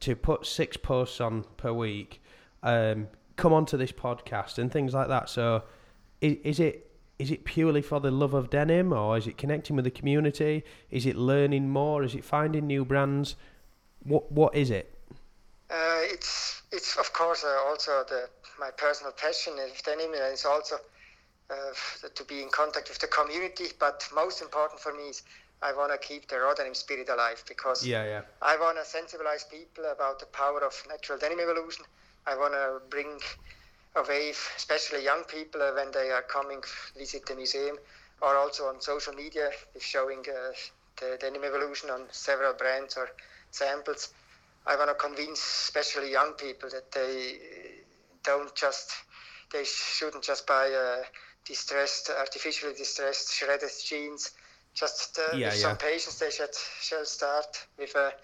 S2: to put six posts on per week, um, come onto this podcast and things like that. So, is, is it is it purely for the love of denim, or is it connecting with the community? Is it learning more? Is it finding new brands? What what is it?
S4: Uh, it's it's of course uh, also the my personal passion with denim and it's also uh, f- to be in contact with the community. But most important for me is I want to keep the raw denim spirit alive because
S2: Yeah, yeah,
S4: I want to sensibilize people about the power of natural denim evolution. I want to bring a wave, especially young people, uh, when they are coming visit the museum, or also on social media, with showing uh, the denim evolution on several brands or samples. I want to convince, especially young people, that they don't just, they shouldn't just buy uh, distressed, artificially distressed, shredded jeans. Just uh,
S2: Yeah,
S4: with some
S2: yeah.
S4: patience, they should shall start with a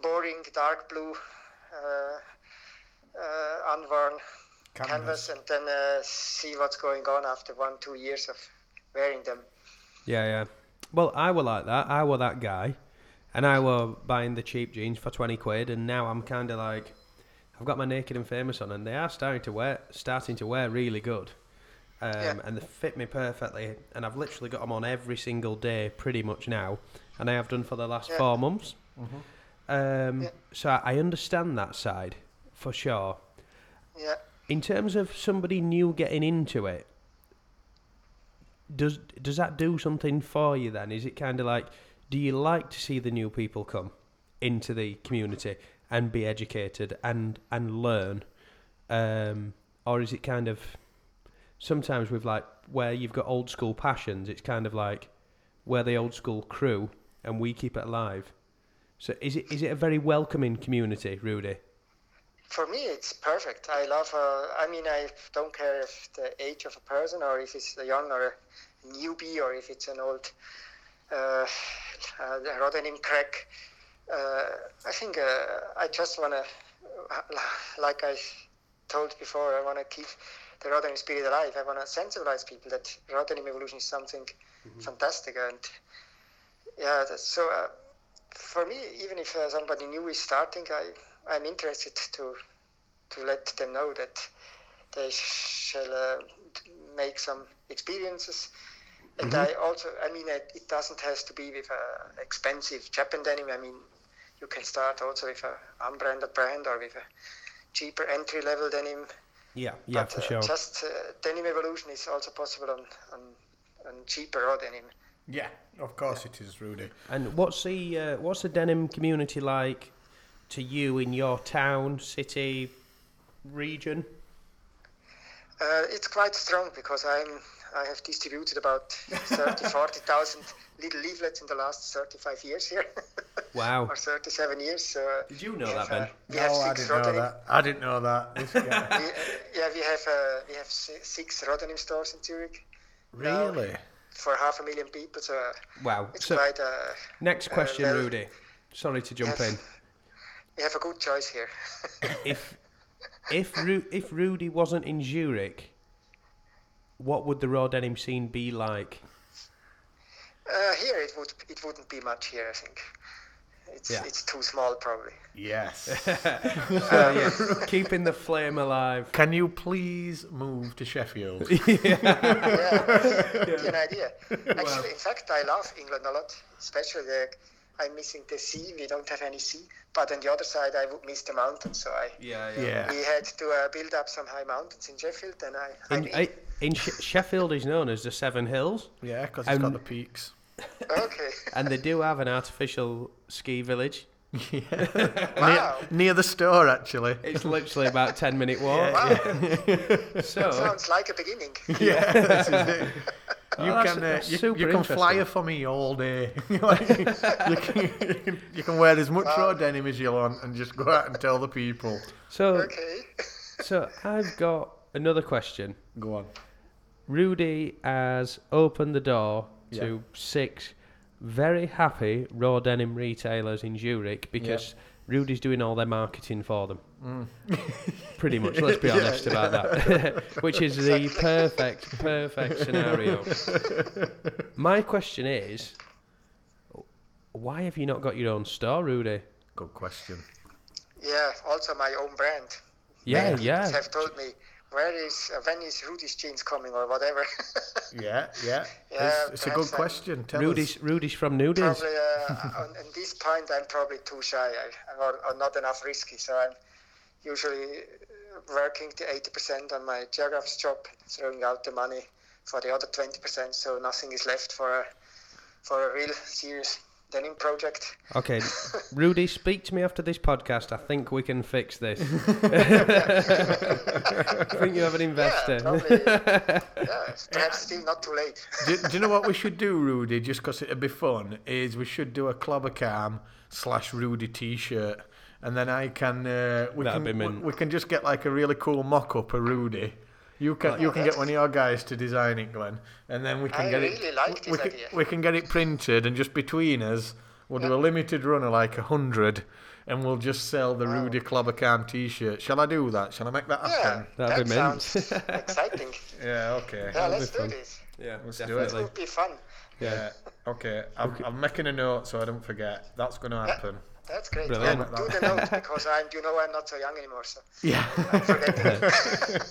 S4: boring dark blue uh, uh, unworn canvas. and then uh, see what's going on after one two years of wearing them.
S2: yeah, yeah. Well, I were like that. I were that guy, and I were buying the cheap jeans for twenty quid, and now I'm kind of like, I've got my naked and famous on, and they are starting to wear starting to wear really good. um,
S4: Yeah.
S2: and they fit me perfectly. And I've literally got them on every single day, pretty much now, and I have done for the last
S4: Yeah.
S2: four months. Um,
S4: Yeah.
S2: So I I understand that side for sure.
S4: Yeah.
S2: In terms of somebody new getting into it, does does that do something for you? Then is it kind of like, do you like to see the new people come into the community and be educated and and learn, um, or is it kind of sometimes with like where you've got old school passions, it's kind of like we're the old school crew and we keep it alive. So is it is it a very welcoming community, Rudy?
S4: For me, it's perfect. I love. Uh, I mean, I don't care if the age of a person, or if it's a young or a newbie, or if it's an old, uh, uh, rodenim crack. Uh, I think uh, I just wanna, uh, like I told before, I wanna keep the rodenim spirit alive. I wanna sensibilize people that rodenim evolution is something fantastic, and yeah. that's- So. Uh, for me, even if uh, somebody new is starting, I, I'm interested to to let them know that they shall uh, make some experiences. And
S2: Mm-hmm.
S4: I also, I mean, it, it doesn't has to be with a expensive Japan denim. I mean, you can start also with a unbranded brand or with a cheaper entry level denim.
S2: Yeah, yeah,
S4: But,
S2: for
S4: uh,
S2: sure.
S4: Just uh, denim evolution is also possible on on, on cheaper raw denim.
S3: Yeah, of course it is, Rudy.
S2: And what's the uh, what's the denim community like to you in your town, city, region?
S4: Uh, it's quite strong because I'm I have distributed about 30, 40,000 little leaflets in the last 35 years here,
S2: Wow.
S4: or 37 years. So uh,
S2: Did you know
S4: we
S2: that,
S4: have,
S2: Ben?
S4: uh, we have
S3: Oh, I
S4: six
S3: didn't know
S4: Rotterdam.
S3: that. I didn't know that. This guy.
S4: We, uh, yeah, we have uh, we have si- six Rotterdam stores in Zurich.
S3: really?
S4: for half a million people. So uh,
S2: Wow.
S4: it's
S2: So
S4: quite. Uh,
S2: next question,
S4: well-
S2: Rudy. Sorry to jump
S4: Yes.
S2: in.
S4: you have a good choice here.
S2: If if Ru- if Rudy wasn't in Zurich, what would the raw denim scene be like?
S4: uh, here it would it wouldn't be much here. I think it's
S2: Yeah.
S4: it's too small probably.
S3: Yes.
S4: Uh,
S2: So, yeah, keeping the flame alive.
S3: Can you please move to Sheffield?
S4: Good idea. Actually, in fact, I love England a lot, especially the. I'm missing the sea. We don't have any sea. But on the other side, I would miss the mountains. So I
S2: Yeah,
S3: Yeah.
S4: we had to uh, build up some high mountains in Sheffield, and I. I
S2: In,
S4: mean-
S2: I- in Sh- Sheffield is known as the Seven Hills,
S3: Yeah, because
S2: Um,
S3: it's got the peaks.
S4: okay.
S2: and they do have an artificial ski village. Oh.
S4: Wow.
S3: Near the store, actually.
S2: It's literally about ten minute walk. So
S4: Sounds like a beginning.
S3: Yeah, this is it. You
S2: Oh, that's-
S3: can uh,
S2: that's
S3: you,
S2: super
S3: you can
S2: interesting.
S3: flyer for me all day. Like, you, can, you, can, you can wear as much
S2: Oh.
S3: raw denim as you want and just go out and tell the people.
S2: so
S4: Okay.
S2: so I've got another question.
S3: Go on.
S2: Rudy has opened the door to six very happy raw denim retailers in Zurich because Rudy's doing all their marketing for them.
S3: Mm.
S2: Pretty much, let's be honest about that. Which is the perfect, perfect scenario. My question is why have you not got your own store, Rudy?
S3: Good question.
S4: Yeah. Also, my own brand.
S2: Yeah,
S4: Many people
S2: yeah.
S4: Have told me where is uh, when is Rudy's jeans coming or whatever.
S3: Yeah, yeah.
S4: Yeah,
S3: it's it's a good
S4: perhaps I-
S3: question. Tell us.
S2: Rudy's, Rudy's from Nudies.
S4: probably uh, on, on this point, I'm probably too shy I, or, or not enough risky. So I'm usually uh, working to 80% on my geograph's job, throwing out the money for the other 20%. So nothing is left for a, for a real serious denim project.
S2: Okay, Rudy, speak to me after this podcast. I think we can fix this. I think you have an
S4: Yeah,
S2: investor.
S4: probably. yeah, perhaps still not too late.
S3: do, do you know what we should do, Rudy? Just because it'd be fun, is we should do a Clobbercam slash Rudy T-shirt, and then I can uh, we can
S2: That'd be
S3: we-
S2: mint.
S3: we can just get like a really cool mock-up of Rudy. You can you can get one of your guys to design it, Glenn, and then we can
S4: I
S3: get
S4: really
S3: it.
S4: like
S3: we,
S4: this
S3: can,
S4: idea.
S3: we can get it printed, and just between us, we'll do a limited run of like a hundred, and we'll just sell the Rudy Clobbercam T-shirt. Shall I do that? Shall I make that
S4: Yeah,
S3: happen?
S2: That'd
S4: that
S2: be mint.
S4: sounds exciting.
S3: Yeah. okay.
S4: Yeah, let's
S2: be
S4: do
S2: fun.
S4: this.
S2: yeah,
S3: Let's do it.
S4: It
S2: definitely.
S4: would be fun.
S3: Yeah. Okay. I'm, I'm making a note so I don't forget. That's going to happen.
S4: That's great.
S2: Brilliant.
S4: Yeah, do the note because I'm, you know, I'm not so young anymore. So
S3: Yeah.
S4: forget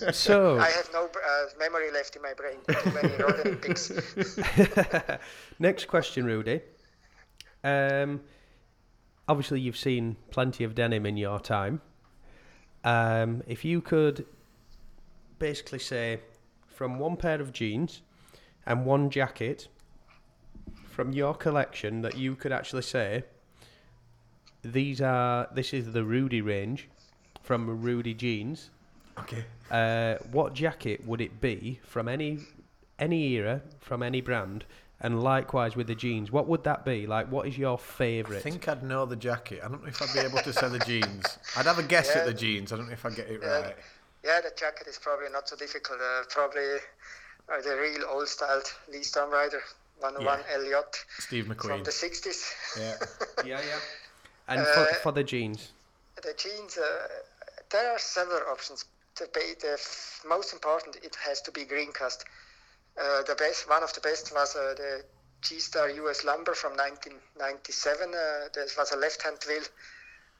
S4: it.
S2: So,
S4: I have no uh, memory left in my brain. Too many road Olympics.
S2: next question, Rudy. Um, obviously, you've seen plenty of denim in your time. Um, if you could basically say from one pair of jeans and one jacket from your collection that you could actually say these are this is the Rudy range from Rudy jeans
S3: okay.
S2: uh, what jacket would it be from any any era from any brand and likewise with the jeans what would that be like what is your
S3: I
S2: favorite
S3: think I'd know the jacket. I don't know if I'd be able to say the jeans. I'd have a guess at the jeans. I don't know if I get it right.
S4: Yeah, the jacket is probably not so difficult. Uh, probably uh, the real old-styled Lee Storm Rider 101 Elliot
S3: Steve
S4: from
S3: McQueen.
S4: the 60s.
S3: Yeah.
S2: yeah yeah and for, for the jeans
S4: The jeans, uh, there are several options. The, ba- the f- most important, it has to be green cast. Uh, the best, one of the best was uh, the G-Star US Lumber from 1997. Uh, this was a left-hand twill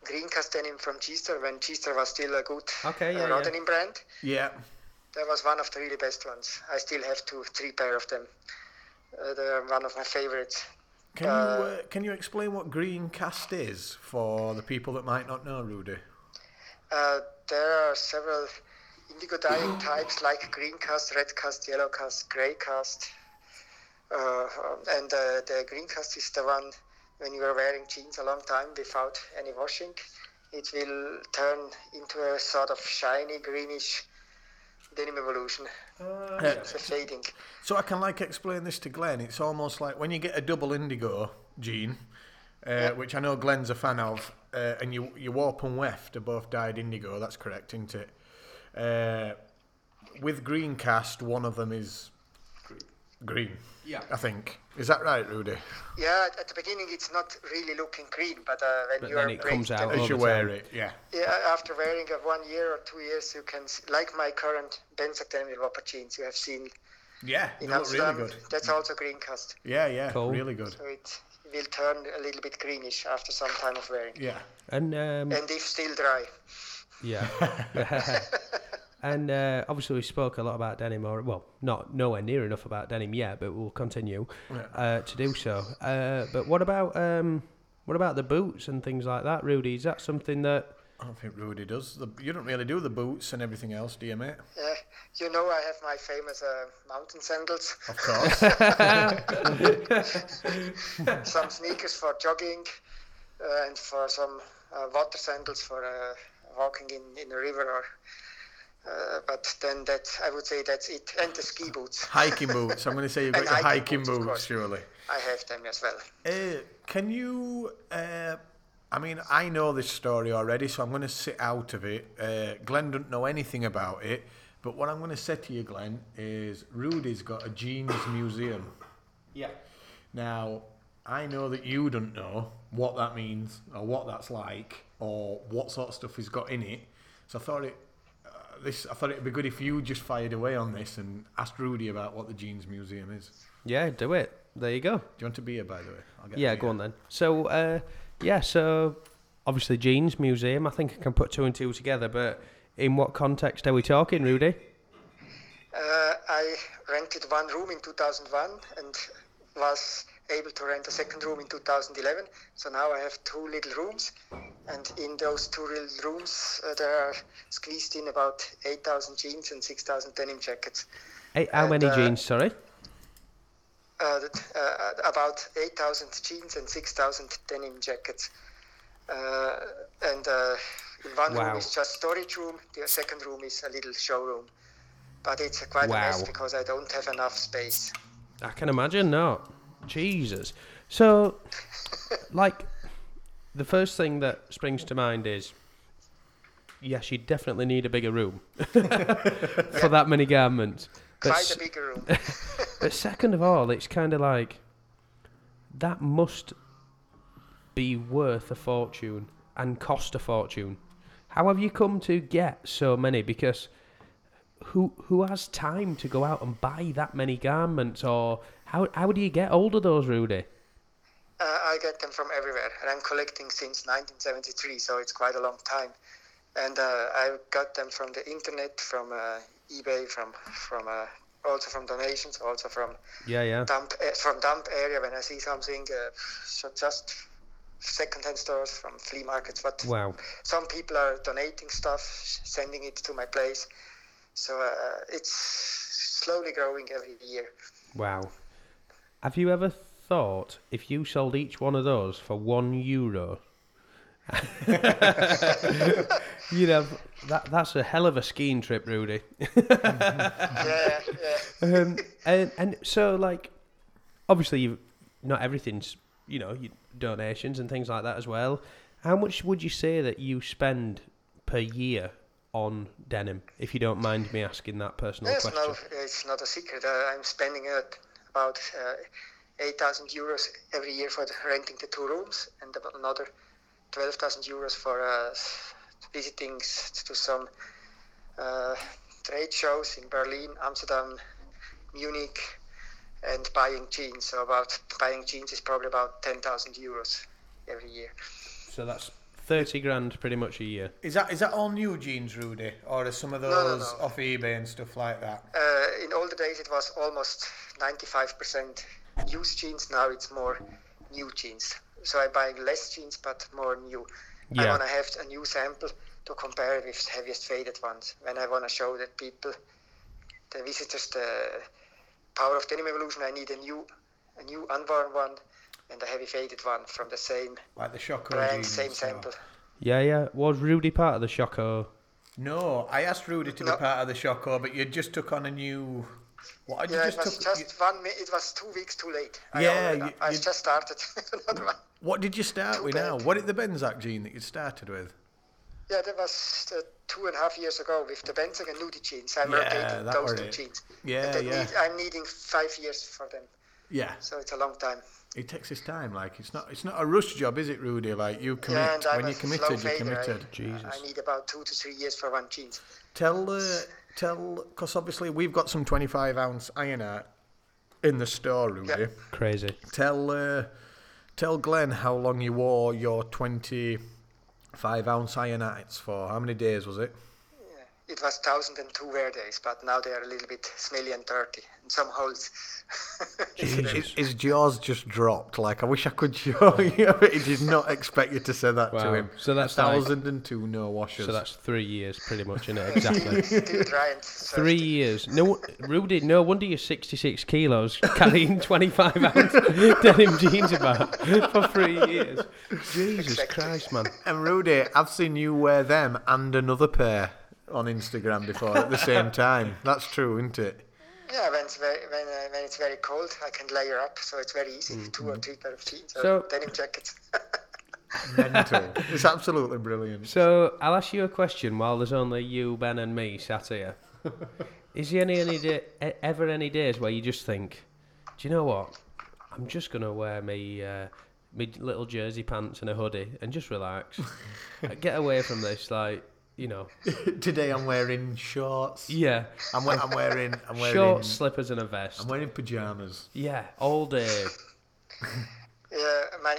S4: green cast denim from G-Star when G-Star was still a good
S2: Okay, yeah,
S4: uh, raw
S2: yeah.
S4: denim brand.
S3: Yeah.
S4: That was one of the really best ones. I still have two, three pair of them. Uh, they're one of my favorites.
S3: Can you uh, can you explain what green cast is for the people that might not know, Rudy?
S4: Uh, there are several indigo dyeing types like green cast, red cast, yellow cast, gray cast. Uh, and uh, the green cast is the one when you are wearing jeans a long time without any washing, it will turn into a sort of shiny greenish denim evolution.
S2: Ah,
S4: it's a fading.
S3: So I can like explain this to Glenn. It's almost like when you get a double indigo gene, uh, which I know Glenn's a fan of, uh, and you you warp and weft are both dyed indigo. That's correct, isn't it? Uh, with green cast, one of them is green.
S5: Yeah.
S3: I think. Is that right, Rudy?
S4: Yeah, at- at the beginning it's not really looking green, but uh, when
S2: But
S4: you
S2: then
S4: are
S2: it
S4: wearing
S2: comes
S4: them-
S2: out.
S3: As you
S2: Over
S3: wear
S2: time.
S3: it, yeah.
S4: Yeah, after wearing it one year or two years, you can, s- like my current Benzactamil Whopper jeans you have seen
S3: Yeah, they
S4: in
S3: look really
S4: Amsterdam,
S3: good.
S4: that's also green cast.
S3: um, Yeah, yeah,
S2: Cool.
S3: really good.
S4: So it will turn a little bit greenish after some time of wearing.
S3: Yeah.
S2: And um,
S4: And if still dry.
S2: Yeah. and uh, obviously, we spoke a lot about denim, or well, not nowhere near enough about denim yet, but we'll continue uh, to do so. Uh, but what about um, what about the boots and things like that, Rudy? Is that something that
S3: I don't think Rudy does. The, you don't really do the boots and everything else, do you, mate?
S4: Uh, you know I have my famous uh, mountain sandals,
S3: Of course.
S4: some sneakers for jogging, uh, and for some uh, water sandals for uh, walking in, in a river. Or, uh, but then that I would say that's it. And the ski boots,
S3: hiking boots. I'm going to say you've got
S4: And
S3: your hiking
S4: hiking
S3: boots,
S4: boots, of course.
S3: surely.
S4: I have them as well.
S3: Uh, can you? Uh, I mean, I know this story already, so I'm going to sit out of it. Uh, Glenn doesn't know anything about it, but what I'm going to say to you, Glenn, is Rudy's got a jeans museum.
S2: yeah
S3: Now, I know that you don't know what that means or what that's like or what sort of stuff he's got in it. So I thought it. Uh, this, I thought it'd be good if you just fired away on this and asked Rudy about what the Jeans Museum is.
S2: yeah do it? There you go.
S3: Do you want a beer, by the way? I'll get a
S2: Yeah,
S3: beer.
S2: go on then. So uh, yeah, so obviously jeans museum. I think I can put two and two together, but in what context are we talking, Rudy?
S4: Uh, I rented one room in 2001 and was able to rent a second room in 2011. So now I have two little rooms, and in those two little rooms, uh, there are squeezed in about 8,000 jeans and 6,000 denim jackets.
S2: Hey, Eh, how
S4: And,
S2: many
S4: uh,
S2: jeans? Sorry.
S4: Uh, that, uh, about 8,000 jeans and 6,000 denim jackets. Uh, and uh, in one
S2: Wow.
S4: room is just storage room. The second room is a little showroom. But it's quite a
S2: Wow.
S4: mess because I don't have enough space.
S2: I can imagine not. Jesus. So, like, the first thing that springs to mind is, yes, you definitely need a bigger room for that many garments. But,
S4: Quite
S2: s-
S4: a bigger room. Uh,
S2: but second of all, it's kind of like that must be worth a fortune and cost a fortune. How have you come to get so many? Because who who has time to go out and buy that many garments? Or how how do you get hold of those, Rudy?
S4: Uh, I get them from everywhere, and I'm collecting since 1973, so it's quite a long time. And uh, I got them from the internet, from uh, eBay, from from uh, also from donations, also from
S2: Yeah, yeah,
S4: dump eh, from dump area when I see something. Uh, so just secondhand stores, from flea markets. But
S2: Wow.
S4: some people are donating stuff, sending it to my place. So uh, it's slowly growing every year.
S2: wow. Have you ever thought if you sold each one of those for one euro? You'd have that. That's a hell of a skiing trip, Rudy.
S4: Yeah, yeah.
S2: um, and, and so like obviously you not everything's you know you, donations and things like that as well how much would you say that you spend per year on denim if you don't mind me asking that personal
S4: Yes,
S2: question
S4: no, it's not a secret. Uh, I'm spending uh, about uh, 8,000 euros every year for the, renting the two rooms and about another 12,000 euros for uh, visiting s- to some uh, trade shows in Berlin, Amsterdam, Munich, and buying jeans. So about buying jeans is probably about 10,000 euros every year.
S2: so that's 30 grand pretty much a year
S3: Is that is that all new jeans, Rudy, or are some of those
S4: no, no.
S3: off eBay and stuff like that?
S4: Uh, in older days, it was almost 95% used jeans. Now it's more new jeans. So I buy less jeans, but more new. I
S2: Yeah.
S4: want to have a new sample to compare with heaviest faded ones. When I want to show that people, the visitors, the power of denim evolution, I need a new, a new unworn one and a heavy faded one from the same
S3: Like the Shocker
S4: brand,
S3: jeans?
S4: same
S3: or-
S4: sample.
S2: yeah yeah was rudy part of the shocker
S3: No, I asked Rudy to be
S4: No.
S3: part of the Shocker, but you just took on a new. What? had You
S4: Yeah, it
S3: just
S4: was
S3: took, you-
S4: just one. mi- It was two weeks too late. I
S3: Yeah,
S4: already-
S3: you- Mm.
S4: I
S3: you-
S4: just started another one.
S3: what did you start with now?
S4: bad.
S3: What did the Benzac gene that you started with?
S4: Yeah, that was uh, two and a half years ago with the Benzing and Nudi jeans. I
S3: Yeah,
S4: rotated
S3: that
S4: those
S3: were
S4: two
S3: it.
S4: jeans.
S3: Yeah,
S4: and that
S3: yeah.
S4: Need, I'm needing five years for them,
S3: Yeah,
S4: so it's a long time.
S3: it takes his time. Like it's not it's not a rush job, is it, Rudy? Like you commit
S4: Yeah, and I'm
S3: when
S4: a
S3: you're
S4: slow
S3: committed, you're
S4: fader. I-
S3: committed.
S4: I need about two to three years for one jeans.
S3: Tell, uh, tell, because obviously we've got some 25 ounce ironite in the store, Rudy.
S4: Yeah.
S2: Crazy.
S3: Tell, uh, tell Glenn how long you wore your 25 ounce ionites for. How many days was it?
S4: It was 1,002 wear days, but now they are a little bit smelly and dirty, and some holes.
S3: His, his jaws just dropped. Like I wish I could show you. He did not expect you to say that to
S2: Wow.
S3: him.
S2: So that's like-
S3: thousand and two no washers.
S2: So that's three years, pretty much, isn't it? Exactly.
S4: Still dry and
S2: Three years. No, wo- Rudy. No wonder you're 66 kilos carrying 25 ounce denim jeans about for three years. Jesus Christ, man.
S3: And Rudy, I've seen you wear them and another pair on Instagram before at the same time. That's true, isn't it?
S4: Yeah, when it's very when, uh, when it's very cold, I can layer up, so it's very easy.
S3: Mm-hmm.
S4: Two or three pair of jeans or
S2: So-
S4: denim jackets.
S3: Mental. it's absolutely brilliant.
S2: So I'll ask you a question while there's only you, Ben, and me sat here. Is there any, any day, e- ever any days where you just think, do you know what? I'm just gonna wear me uh, me little jersey pants and a hoodie and just relax, Uh, get away from this, like you know,
S3: Today I'm wearing shorts.
S2: yeah,
S3: I'm, we- I'm wearing. I'm wearing.
S2: shorts, slippers, and a vest.
S3: I'm wearing pajamas.
S2: Yeah, all day.
S4: yeah, my uh,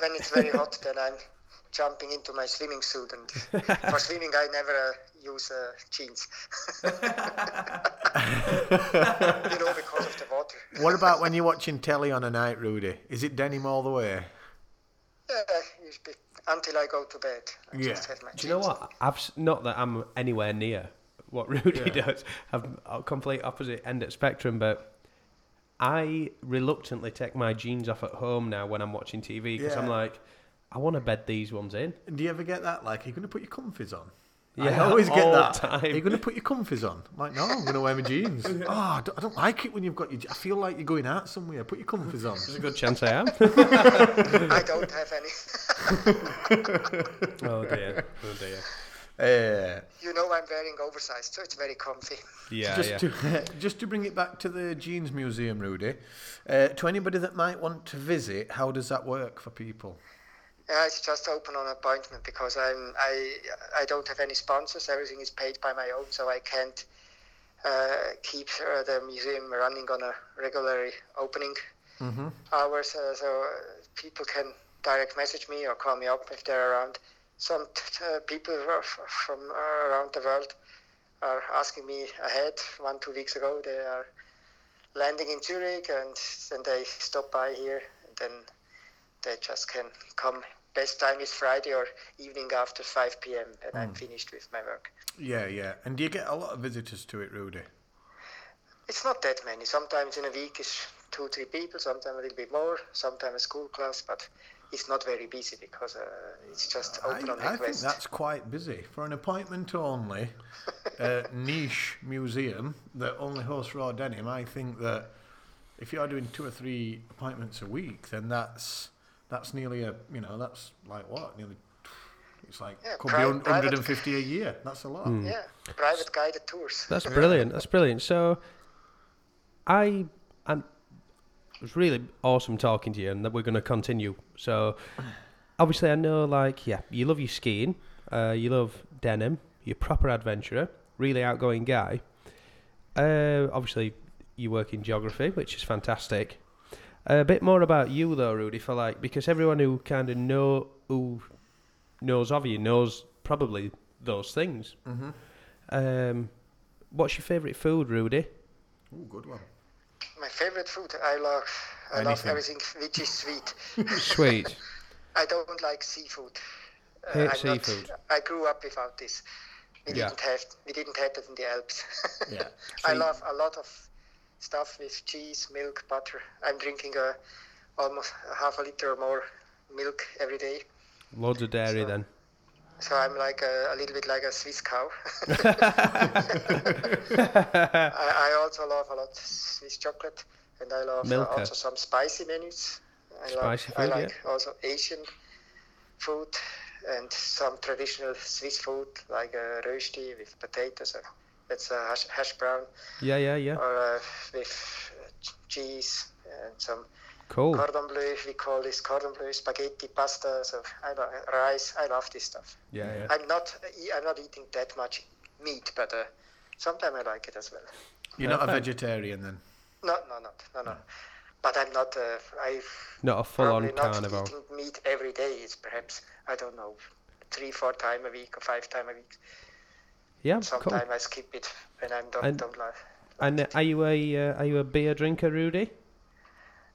S4: when it's very hot, then I'm jumping into my swimming suit. And for swimming, I never uh, use uh, jeans. you know, because of the water.
S3: What about when you're watching telly on a night, Rudy? Is it denim all the way?
S4: Yeah, you should be, until I go to bed. I
S3: Yeah.
S4: just have my
S2: Do you know
S4: jeans.
S2: what? I've s- not that I'm anywhere near what Rudy does. I'm a complete opposite end of spectrum, but I reluctantly take my jeans off at home now when I'm watching TV because I'm
S3: Yeah.
S2: like, I want to bed these ones in.
S3: Do you ever get that? Like, are you going to put your comfies on?
S2: Yeah,
S3: I always get
S2: all
S3: that.
S2: time.
S3: Are you going to put your comfies on? I'm like, no, I'm going to wear my jeans. Oh, I don't, I don't like it when you've got your. je- I feel like you're going out somewhere. Put your comfies on.
S2: There's a good chance I am.
S4: I don't have any.
S2: oh dear. Oh dear.
S3: Uh,
S4: you know, I'm wearing oversized, so it's very comfy.
S2: Yeah.
S3: just
S2: yeah.
S3: to just to bring it back to the jeans museum, Rudy. Uh, to anybody that might want to visit, how does that work for people?
S4: Yeah, Uh, it's just open on appointment because I'm I I don't have any sponsors. Everything is paid by my own, so I can't uh, keep uh, the museum running on a regular opening hours. Uh, so uh, people can direct message me or call me up if they're around. Some t- t- uh, people are f- from uh, around the world are asking me ahead. One two weeks ago, they are landing in Zurich, and then they stop by here. And then they just can come. Best time is Friday or evening after 5 p.m. and
S3: Mm.
S4: I'm finished with my work.
S3: Yeah, yeah. And do you get a lot of visitors to it, Rudy?
S4: It's not that many. Sometimes in a week it's two, three people, sometimes a little bit more, sometimes a school class, but it's not very busy because uh, it's just
S3: I,
S4: open on
S3: I think
S4: request.
S3: that's quite busy for an appointment only uh, niche museum that only hosts raw denim. I think that if you are doing two or three appointments a week, then that's that's nearly a you know that's like what nearly it's like
S4: Yeah,
S3: could
S4: pri-
S3: be
S4: private-
S3: 150 a year. That's a lot.
S4: Yeah, private guided tours.
S2: That's brilliant. That's brilliant. So, I and it was really awesome talking to you, and that we're going to continue. So, obviously, I know like yeah, you love your skiing, uh, you love denim, you're a proper adventurer, really outgoing guy. Uh, obviously, you work in geography, which is fantastic. a bit more about you though, Rudy, for like because everyone who kind of know who knows of you knows probably those things. Mm-hmm. Um, what's your favourite food, Rudy?
S3: Ooh, good one.
S4: My favorite food, I love I love
S3: Anything.
S4: everything which is sweet.
S2: Sweet.
S4: I don't like seafood. Uh,
S2: Hate
S4: I'm not-
S2: seafood.
S4: I grew up without this. We
S2: Yeah.
S4: didn't have we didn't have that in the Alps.
S3: Yeah.
S4: I
S3: So-
S4: love a lot of stuff with cheese, milk, butter. I'm drinking a, almost a half a liter or more milk every day.
S2: Loads of dairy then.
S4: So I'm like a, a little bit like a Swiss cow. I, I also love a lot Swiss chocolate, and I love uh,
S2: Milka.
S4: also some spicy menus. I
S2: Spicy
S4: like,
S2: food,
S4: I like also Asian food. and some traditional Swiss food like uh, rösti with potatoes. Or that's a hash, hash brown
S2: Yeah, yeah, yeah.
S4: or uh, with uh, ch- cheese and some
S2: Cool.
S4: cordon bleu. We call this cordon bleu spaghetti pasta. So I love rice. I love this stuff.
S2: Yeah, yeah.
S4: I'm not. e- I'm not eating that much meat, but uh, sometimes I like it as well.
S3: You're not a vegetarian then.
S4: No, no, not, no, no. But I'm not. Uh, I
S2: Not a full-on
S4: probably not
S2: carnivore.
S4: eating meat every day. It's perhaps I don't know, three, four time a week or five time a week.
S2: Yeah, cool.
S4: Sometimes I skip it when I'm don't,
S2: And-
S4: don't like.
S2: And uh, are you a uh, are you a beer drinker, Rudy?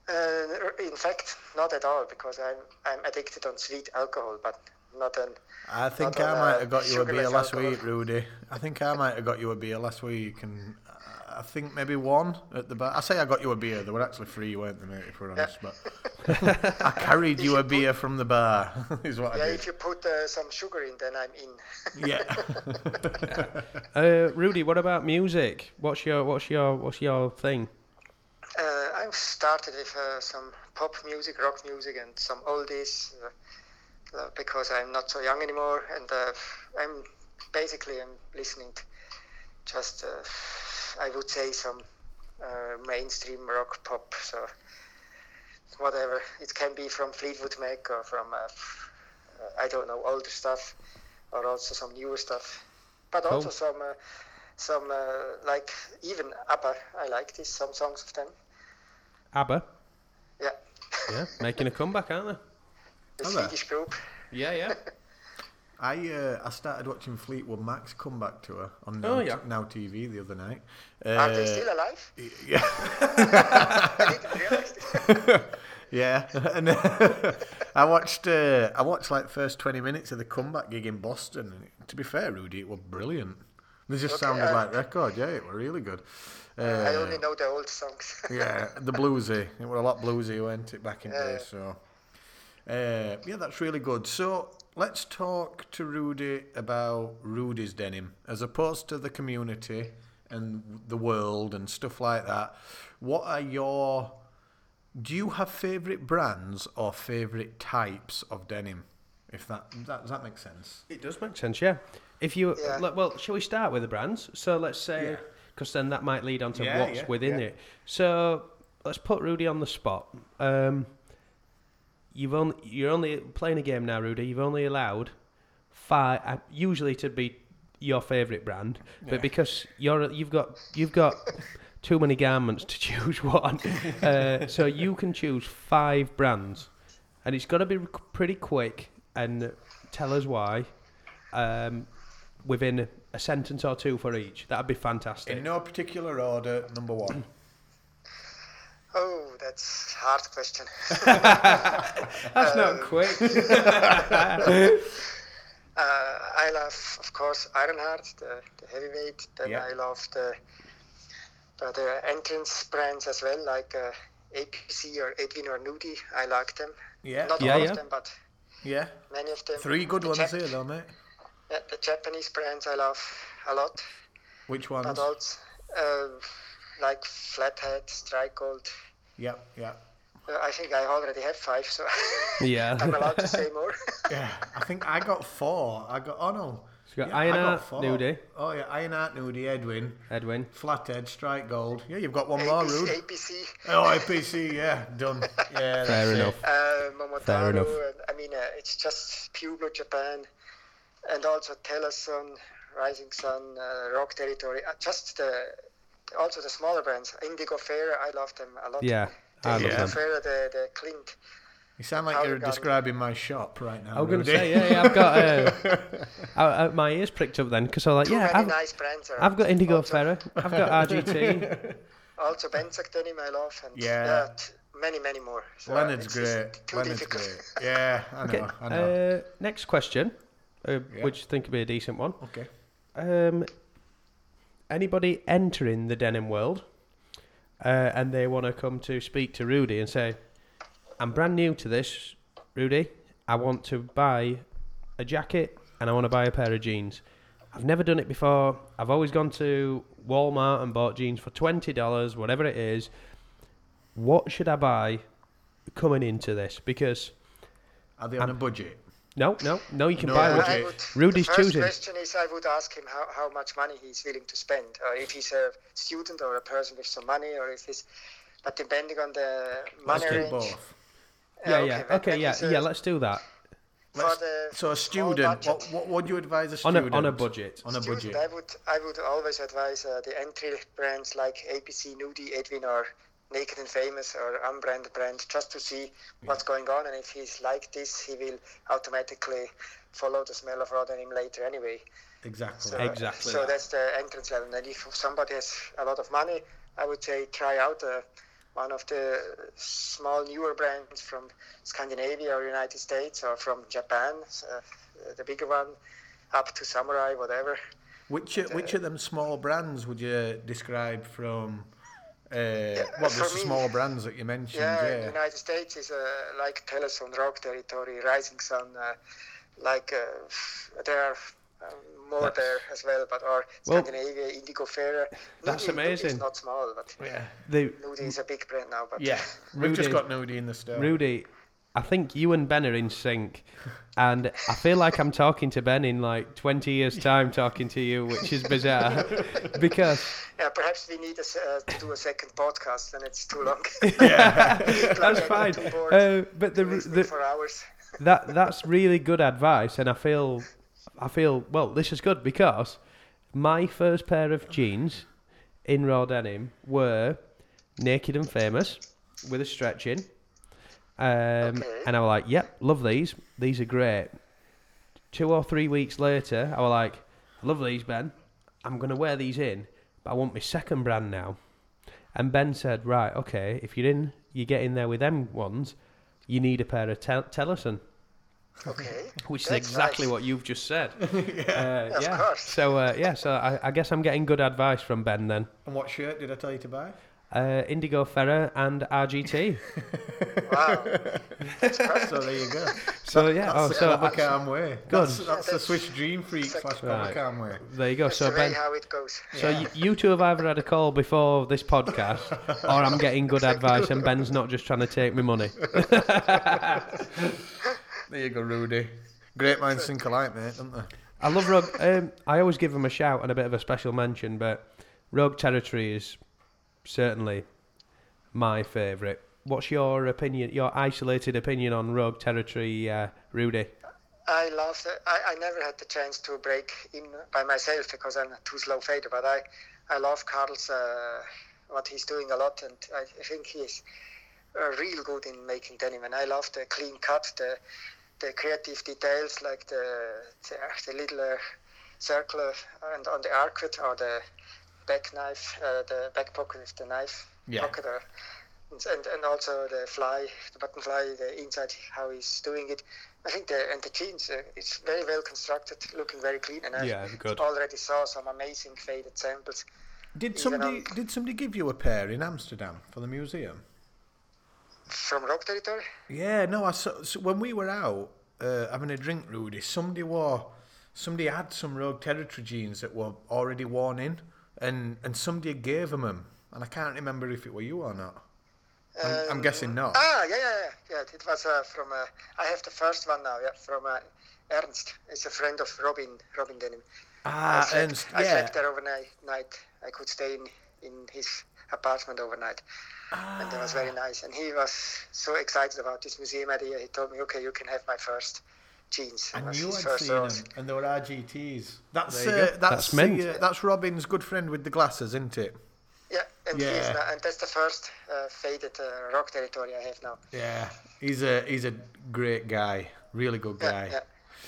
S4: Uh, in fact, not at all because I'm I'm addicted on sweet alcohol, but not an.
S3: I think
S4: Not
S3: I
S4: on,
S3: might
S4: uh,
S3: have got you a
S4: sugarless
S3: beer last
S4: alcohol.
S3: week, Rudy. I think I might have got you a beer last week, and I think maybe one at the bar. I say I got you a beer. They were actually free, weren't they, mate? If we're honest, but I carried you a beer from the bar. Is what
S4: Yeah,
S3: I
S4: if you put uh, some sugar in, then I'm in.
S3: did. Yeah.
S2: Uh, Rudy, what about music? What's your what's your what's your thing?
S4: Uh, I've started with uh, some pop music, rock music, and some oldies uh, uh, because I'm not so young anymore, and uh, I'm basically I'm listening to just uh, I would say some uh, mainstream rock pop, so whatever it can be from Fleetwood Mac or from uh, I don't know older stuff or also some newer stuff, but also some. Uh, some uh, like even ABBA, I like this. Some songs of them.
S2: ABBA.
S4: Yeah,
S2: Yeah, making a comeback, aren't
S4: the
S3: Hello.
S4: Swedish group.
S2: they? Yeah, yeah.
S3: I uh, I started watching Fleetwood Mac's comeback tour on Now,
S2: Oh, yeah.
S3: Now TV the other night.
S4: Are they
S3: Uh,
S4: still alive?
S3: yeah.
S4: I didn't realize this.
S3: Yeah, and uh, I watched uh, I watched like first twenty minutes of the comeback gig in Boston. And it- to be fair, Rudy, it was brilliant. They just sounded
S4: uh,
S3: like record. Yeah, it were really good.
S4: I
S3: Uh,
S4: only know the old songs.
S3: yeah, the bluesy. It were a lot bluesy, weren't it, back in the day? So uh, yeah, that's really good. So let's talk to Rudy about Rudy's denim, as opposed to the community and the world and stuff like that. What are your do you have favourite brands or favourite types of denim? If that, that does that make sense?
S2: It does make sense, yeah. If you
S4: Yeah.
S2: le- well, shall we start with the brands? So let's say, because then that might lead on to
S3: Yeah,
S2: what's
S3: yeah,
S2: within
S3: yeah.
S2: it. So let's put Rudy on the spot. Um, you've only you're only playing a game now, Rudy. You've only allowed five. Uh, usually, to be your favourite brand, but because you're you've got you've got too many garments to choose one, uh, so you can choose five brands, and it's got to be c- pretty quick and tell us why. Um, within a sentence or two for each, that'd be fantastic.
S3: In no particular order, number one.
S4: Oh, that's hard question.
S2: That's not quick.
S4: Uh, I love, of course, Ironheart, the, the heavyweight. Then
S3: Yeah.
S4: I love the uh, the entrance brands as well, like uh, APC or Edwin or Nudi. I like them.
S3: Yeah.
S4: Not
S2: Yeah,
S4: all
S2: yeah.
S4: of them, but
S3: Yeah,
S4: many of them.
S3: three good
S4: The
S3: ones
S4: Jap-
S3: here, though, mate.
S4: yeah, the Japanese brands I love a lot.
S3: Which ones?
S4: Adults, uh, like Flathead, Strike Gold.
S3: Yeah, yeah.
S4: Uh, I think I already have five, so I'm
S2: yeah.
S4: allowed to say more.
S3: Yeah, I think I got four. I got oh no.
S2: So you got
S3: Yeah, I
S2: Iron Art,
S3: four.
S2: Nudie.
S3: Oh yeah, Iron Art, Nudie, Edwin,
S2: Edwin.
S3: Flathead, Strike Gold. Yeah, you've got one more,
S4: APC,
S3: Rude.
S4: APC
S3: Oh, APC, yeah, done. Yeah, that's
S2: Fair
S3: it.
S2: enough.
S4: uh,
S2: Fair
S4: Momotaro.
S2: enough.
S4: And, I mean, uh, it's just pure blue Japan, and also Telesun, Rising Sun, uh, Rock Territory. Uh, just the also the smaller brands, Indigo Fair. I love them a lot.
S2: Yeah. I love
S4: Indigo
S2: them.
S4: Fair, the the Clint.
S3: You sound like
S4: Power
S3: you're
S4: gun.
S3: describing my shop right now.
S2: I was going to
S3: Rudy.
S2: say, yeah, yeah, I've got. Uh, I, I, my ears pricked up then because I was like,
S4: Too
S2: yeah,
S4: many
S2: I've,
S4: nice brands. around.
S2: I've got
S3: Oh,
S2: Indigo
S4: also,
S2: Ferrer, I've got RGT.
S4: Also Benzac Denim, I love, and
S3: Yeah.
S4: yeah, t- many many more. So
S3: Leonard's
S4: it's just
S3: great.
S4: Too
S3: Leonard's
S4: difficult.
S3: great. Yeah, I know. I know.
S2: Uh, next question, uh,
S3: Yeah.
S2: which I think would be a decent one.
S3: okay.
S2: Um, anybody entering the denim world uh, and they want to come to speak to Rudy and say, I'm brand new to this, Rudy. I want to buy a jacket and I want to buy a pair of jeans. I've never done it before. I've always gone to Walmart and bought jeans for $20, whatever it is. What should I buy coming into this? Because
S3: Are they on a budget?
S2: No, no, no. You can
S3: No,
S2: buy
S3: I
S2: one.
S3: okay.
S4: would,
S2: Rudy's
S4: the first
S2: choosing.
S4: question is I would ask him how, how much money he's willing to spend, or if he's a student or a person with some money, or if he's. But depending on the
S3: Let's
S4: money
S3: do
S4: range.
S3: both.
S2: Yeah,
S4: okay,
S2: yeah.
S4: then-
S2: Okay,
S4: then
S2: yeah,
S4: it's a-
S2: yeah. Let's do that.
S4: for
S3: Let's-
S4: the
S3: so a
S4: small
S3: student, what,
S4: budget-
S3: what would you advise a
S2: On a- on
S3: student?
S2: a budget.
S3: On a
S4: student,
S3: budget.
S4: I would I would always advise uh, the entry brands like APC, Nudie, Edwin, or Naked and Famous or unbranded brand just to see what's going on. And if he's like this, he will automatically follow the smell of rod on him later anyway.
S3: Exactly.
S4: So,
S2: Exactly
S4: Uh, So
S2: that.
S4: that's the entrance level. And if somebody has a lot of money, I would say try out uh, one of the small newer brands from Scandinavia or United States or from Japan, uh, the bigger one, up to Samurai, whatever.
S3: Which uh, which of them small brands would you describe from? Uh, what
S4: for
S3: was the
S4: me-
S3: small brands that you mentioned?
S4: Yeah, in
S3: Yeah.
S4: the United States is uh, like Telesun, Rock Territory, Rising Sun, uh, like uh, there are uh, more there as well, but or
S2: Well,
S4: Scandinavia, Indigo Fair.
S2: that's
S4: It's
S2: amazing.
S4: not small, but
S3: yeah.
S2: The
S4: Nudie is a big brand now. But
S3: Yeah. We've just
S2: Rudy.
S3: got Nudie in the store.
S2: Rudy, I think you and Ben are in sync, and I feel like I'm talking to Ben in like 20 years' time, talking to you, which is bizarre, because
S4: Yeah, perhaps we need a s uh, to do a second podcast, and it's too long.
S2: that's fine. Uh, but the, the
S4: for hours.
S2: that that's really good advice, and I feel I feel well. This is good because my first pair of jeans in raw denim were naked and famous with a stretch in, um, and I was like, "Yep, love these. These are great." Two or three weeks later, I was like, "I love these, Ben. I'm gonna wear these in, but I want my second brand now." And Ben said, "Right, okay. If you're in, you get in there with them ones. You need a pair of tel- Telesun."
S4: Okay.
S2: Which
S4: That's
S2: is exactly
S4: nice.
S2: what you've just said. Uh,
S4: Of
S2: yeah.
S4: course.
S2: So uh, yeah. So I, I guess I'm getting good advice from Ben then.
S3: And what shirt did I tell you to buy?
S2: Uh, Indigo Ferrer and RGT.
S4: Wow.
S3: So there you go.
S2: So yeah. oh,
S3: the
S2: so
S3: Clubber
S2: that's-
S3: Calm way. That's, that's the
S4: That's-
S3: Swiss Dream Freak slash Clubber
S2: Right.
S3: Calm way.
S2: there you go.
S4: That's the
S2: So
S4: way
S2: Ben.
S4: how it goes.
S2: So you, you two have either had a call before this podcast, or I'm getting good advice, and Ben's not just trying to take me money.
S3: There you go, Rudy. Great minds think alike, mate, don't they?
S2: I love Rogue. Um, I always give them a shout and a bit of a special mention, but Rogue Territory is certainly my favourite. What's your opinion, your isolated opinion on Rogue Territory, uh, Rudy?
S4: I love. The, I, I never had the chance to break in by myself because I'm a too slow fader. But I, I love Carl's uh, what he's doing a lot, and I think he is uh, real good in making denim. And I love the clean cut, the the creative details like the the, the little uh, circle and on the arcade or the back knife, uh, the back pocket with the knife
S3: Yeah.
S4: pocket. Or, and, and also the fly, the button fly, the inside, how he's doing it. I think the and the jeans, uh, it's very well constructed, looking very clean. And I
S2: Yeah, good.
S4: already saw some amazing faded samples.
S3: Did
S4: Even
S3: somebody
S4: on-
S3: did somebody give you a pair in Amsterdam for the museum?
S4: From Rock Territory,
S3: Yeah, no, I saw, so when we were out uh, having a drink, Rudy, somebody wore, somebody had some Rogue Territory jeans that were already worn in, and and somebody gave them them, and I can't remember if it were you or not. I'm, I'm guessing not.
S4: Ah, yeah, yeah, yeah. yeah it was uh, from. Uh, I have the first one now. Yeah, from uh, Ernst. It's a friend of Robin. Robin Denim. I
S3: Ah,
S4: slept,
S3: Ernst,
S4: I
S3: yeah.
S4: slept there overnight. Night. I could stay in in his apartment overnight. And that was very
S3: Ah.
S4: nice. And he was so excited about this museum idea. He told me, "Okay, you can have my first jeans." It
S3: I
S4: was
S3: knew
S4: his
S3: I'd
S4: first
S3: seen
S4: rose.
S3: them, and they were RGTs. That's
S2: There you
S3: uh,
S2: go.
S3: that's
S2: That's mint.
S3: the, uh, that's Robin's good friend with the glasses, isn't it?
S4: Yeah, and he is
S3: Yeah.
S4: now, and that's the first uh, faded uh, rock territory I have now.
S3: Yeah, he's a he's a great guy, really good
S4: Yeah,
S3: guy.
S4: yeah.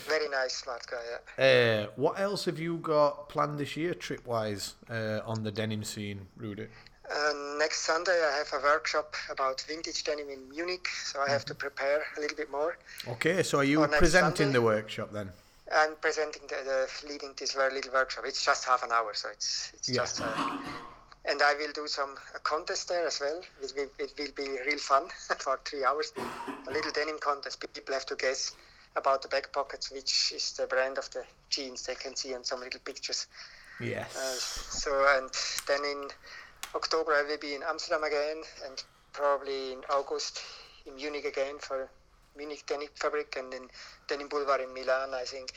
S4: Very nice, smart guy. Yeah.
S3: Uh, what else have you got planned this year, trip wise, uh, on the denim scene, Rudy?
S4: Uh, next Sunday, I have a workshop about vintage denim in Munich, so
S3: Mm-hmm.
S4: I have to prepare a little bit more.
S3: Okay, so are you
S4: Or Oh, next
S3: presenting
S4: Sunday?
S3: the workshop then?
S4: I'm presenting the, the leading this very little workshop. It's just half an hour, so it's it's
S3: Yeah.
S4: just. Uh, and I will do some a contest there as well. It will, it will be real fun for three hours. A little denim contest. People have to guess about the back pockets, which is the brand of the jeans they can see on some little pictures.
S3: Yes.
S4: So, and then in October I will be in Amsterdam again, and probably in August in Munich again for Munich Denim Fabric and then Denim Boulevard in Milan, I think.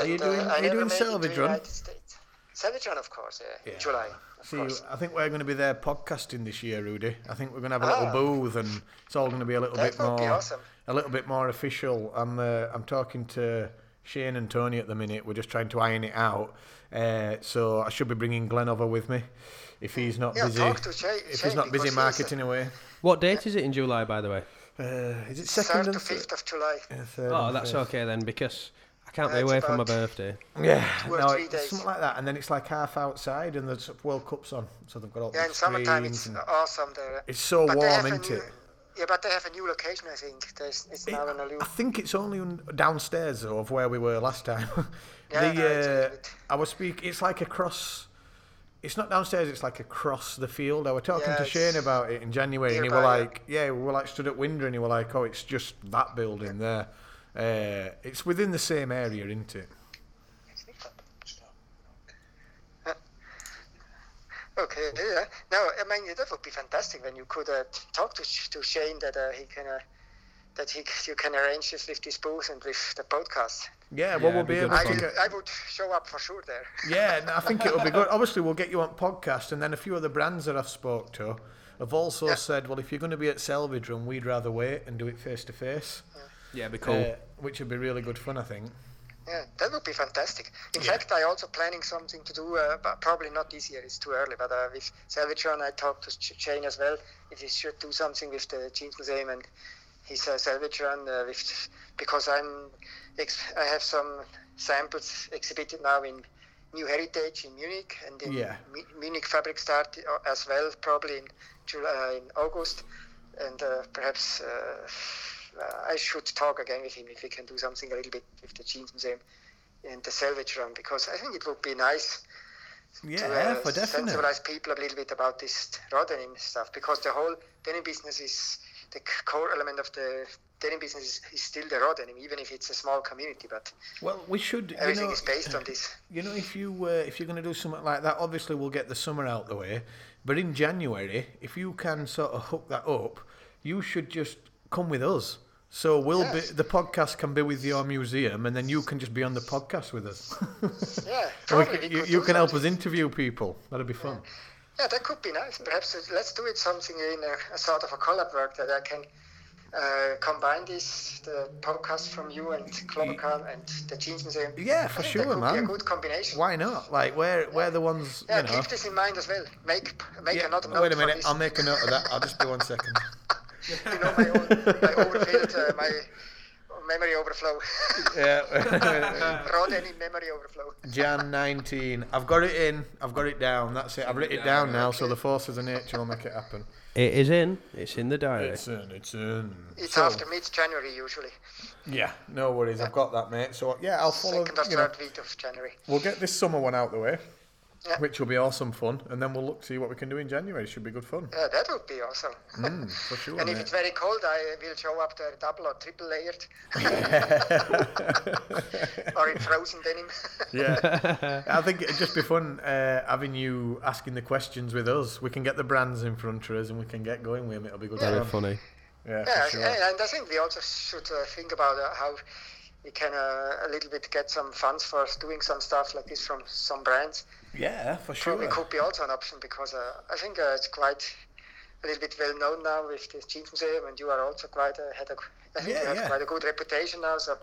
S3: Are you
S4: And,
S3: doing-
S4: Uh, I
S3: are you
S4: never
S3: doing
S4: made it to
S3: salvage
S4: the
S3: run?
S4: United States. Salvage run, of course, yeah. In July, of
S3: See, uh,
S4: course.
S3: I think we're going to be there podcasting this year, Rudy. I think we're going to have a little
S4: Ah.
S3: booth, and it's all going to be a little
S4: That
S3: bit
S4: would
S3: more,
S4: be awesome.
S3: a little bit more official. I'm, uh, I'm talking to Shane and Tony at the minute. We're just trying to iron it out. Uh, so I should be bringing Glenn over with me, if he's not
S4: Yeah,
S3: busy.
S4: talk to Shay-
S3: if
S4: Shane
S3: he's not
S4: because
S3: busy
S4: he's a-
S3: marketing away.
S2: What date is it in July, by the way?
S3: Uh, is it second
S4: Third
S3: and
S4: to
S3: third?
S4: fifth of July.
S3: Third
S2: Oh,
S3: and
S2: that's
S3: fifth.
S2: okay then, because I can't be
S4: That's
S2: away for my
S4: about-
S2: birthday.
S3: Yeah,
S4: Two or
S3: no,
S4: three
S3: it's
S4: days.
S3: something like that, and then it's like half outside, and the World Cup's on, so they've got all
S4: Yeah,
S3: the
S4: in summertime
S3: screens
S4: it's
S3: and-
S4: awesome there.
S3: It's so
S4: But they
S3: warm,
S4: have a
S3: isn't
S4: new-
S3: it?
S4: Yeah, but they have a new location, I think. There's, it's now in a new.
S3: I think it's only un- downstairs though, of where we were last time.
S4: Yeah, no, it's a
S3: the
S4: little
S3: uh,
S4: bit-
S3: I was speak. It's like across. It's not downstairs. It's like across the field. I was talking
S4: Yeah,
S3: to Shane
S4: it's
S3: about it in January, and he were
S4: nearby, yeah.
S3: like, "Yeah, we were like stood at Winder, and he were like, oh, it's just that building there. Uh, it's within the same area, isn't it?
S4: Okay, yeah. No, I mean that would be fantastic when you could uh, t- talk to Sh- to Shane that uh, he can uh, that he c- you can arrange this with this booth and with the podcast.
S3: Yeah, well,
S2: Yeah,
S3: we'll
S2: it'd be
S3: be
S2: good
S3: able
S4: I
S3: to
S4: would,
S3: get.
S4: I would show up for sure there.
S3: Yeah, no, I think it'll be good. Obviously, we'll get you on podcast, and then a few other brands that I've spoke to have also said, "Well, if you're going to be at Salvage Run, we'd rather wait and do it face to face."
S2: Yeah, be cool.
S3: uh, which would be really good fun, I think.
S4: Yeah, that would be fantastic. In fact, I also planning something to do, uh, but probably not this year. It's too early. But uh, with Salvatron, I talked to Sh- Shane as well if he should do something with the Jeans Museum and his uh, Salvatron, uh, with because I'm ex- I have some samples exhibited now in New Heritage in Munich and in
S3: Yeah.
S4: Mu- Munich Fabric Start uh, as well, probably in July, uh, in August, and uh, perhaps. Uh, I should talk again with him if we can do something a little bit with the jeans museum and the salvage run because I think it would be nice to
S3: Yeah,
S4: uh,
S3: for definite.
S4: sensibilize people a little bit about this raw denim stuff because the whole denim business is the c- core element of the denim business is, is still the raw denim even if it's a small community but
S3: Well, we should. You
S4: everything
S3: know,
S4: is based on this
S3: you know, if you uh, if you're going to do something like that, obviously we'll get the summer out the way. But in January, if you can sort of hook that up, you should just come with us. So we'll
S4: Yes.
S3: be the podcast can be with your museum, and then you can just be on the podcast with us.
S4: yeah
S3: And we
S4: probably
S3: can-
S4: we
S3: you,
S4: could
S3: you
S4: do
S3: can help
S4: something.
S3: us interview people. That'd be fun.
S4: Yeah, that could be nice. Perhaps uh, let's do it something in a, a sort of a collab work that I can uh, combine this the podcast from you and Clovercon and the Jeans Museum.
S3: Yeah, for
S4: I think
S3: sure,
S4: that could Be
S3: man.
S4: a good combination.
S3: Why not? Like, we're we're the ones.
S4: Yeah,
S3: you know.
S4: keep this in mind as well. Make make
S3: Yeah,
S4: another note.
S3: Wait a
S4: for
S3: minute.
S4: this.
S3: I'll make a note of that. I'll just be one second.
S4: you know oh my own, my overfilled uh, my memory overflow.
S3: Yeah.
S4: Raw any memory overflow.
S3: Jan 19. I've got it in. I've got it down. That's it. I've written it down now, so the forces of nature will make it happen.
S2: It is in. It's in the diary.
S3: in. It's in.
S4: It's after mid January usually,
S3: Yeah, no worries. I've got that, mate. So, yeah, I'll follow.
S4: second or
S3: You know,
S4: third week of January.
S3: we'll get this summer one out the way,
S4: Yeah.
S3: which will be awesome fun, and then we'll look to see what we can do in January. Should be good fun.
S4: Yeah, that would be awesome.
S3: Mm, for sure.
S4: And if
S3: mate.
S4: it's very cold, I will show up there double or triple layered. or in frozen denim.
S3: Yeah, I think it'd just be fun uh, having you asking the questions with us. We can get the brands in front of us, and we can get going with them. It'll be good
S2: Very
S3: fun.
S2: funny.
S3: Yeah,
S4: yeah,
S3: for sure.
S4: and and I think we also should uh, think about uh, how we can uh, a little bit get some funds for doing some stuff like this from some brands.
S3: Yeah, for
S4: Probably
S3: sure.
S4: could be also an option because uh, I think uh, it's quite a little bit well known now with the Jeans Museum, and you are also quite a, had a, I think
S3: Yeah,
S4: you have
S3: yeah.
S4: quite a good reputation now. So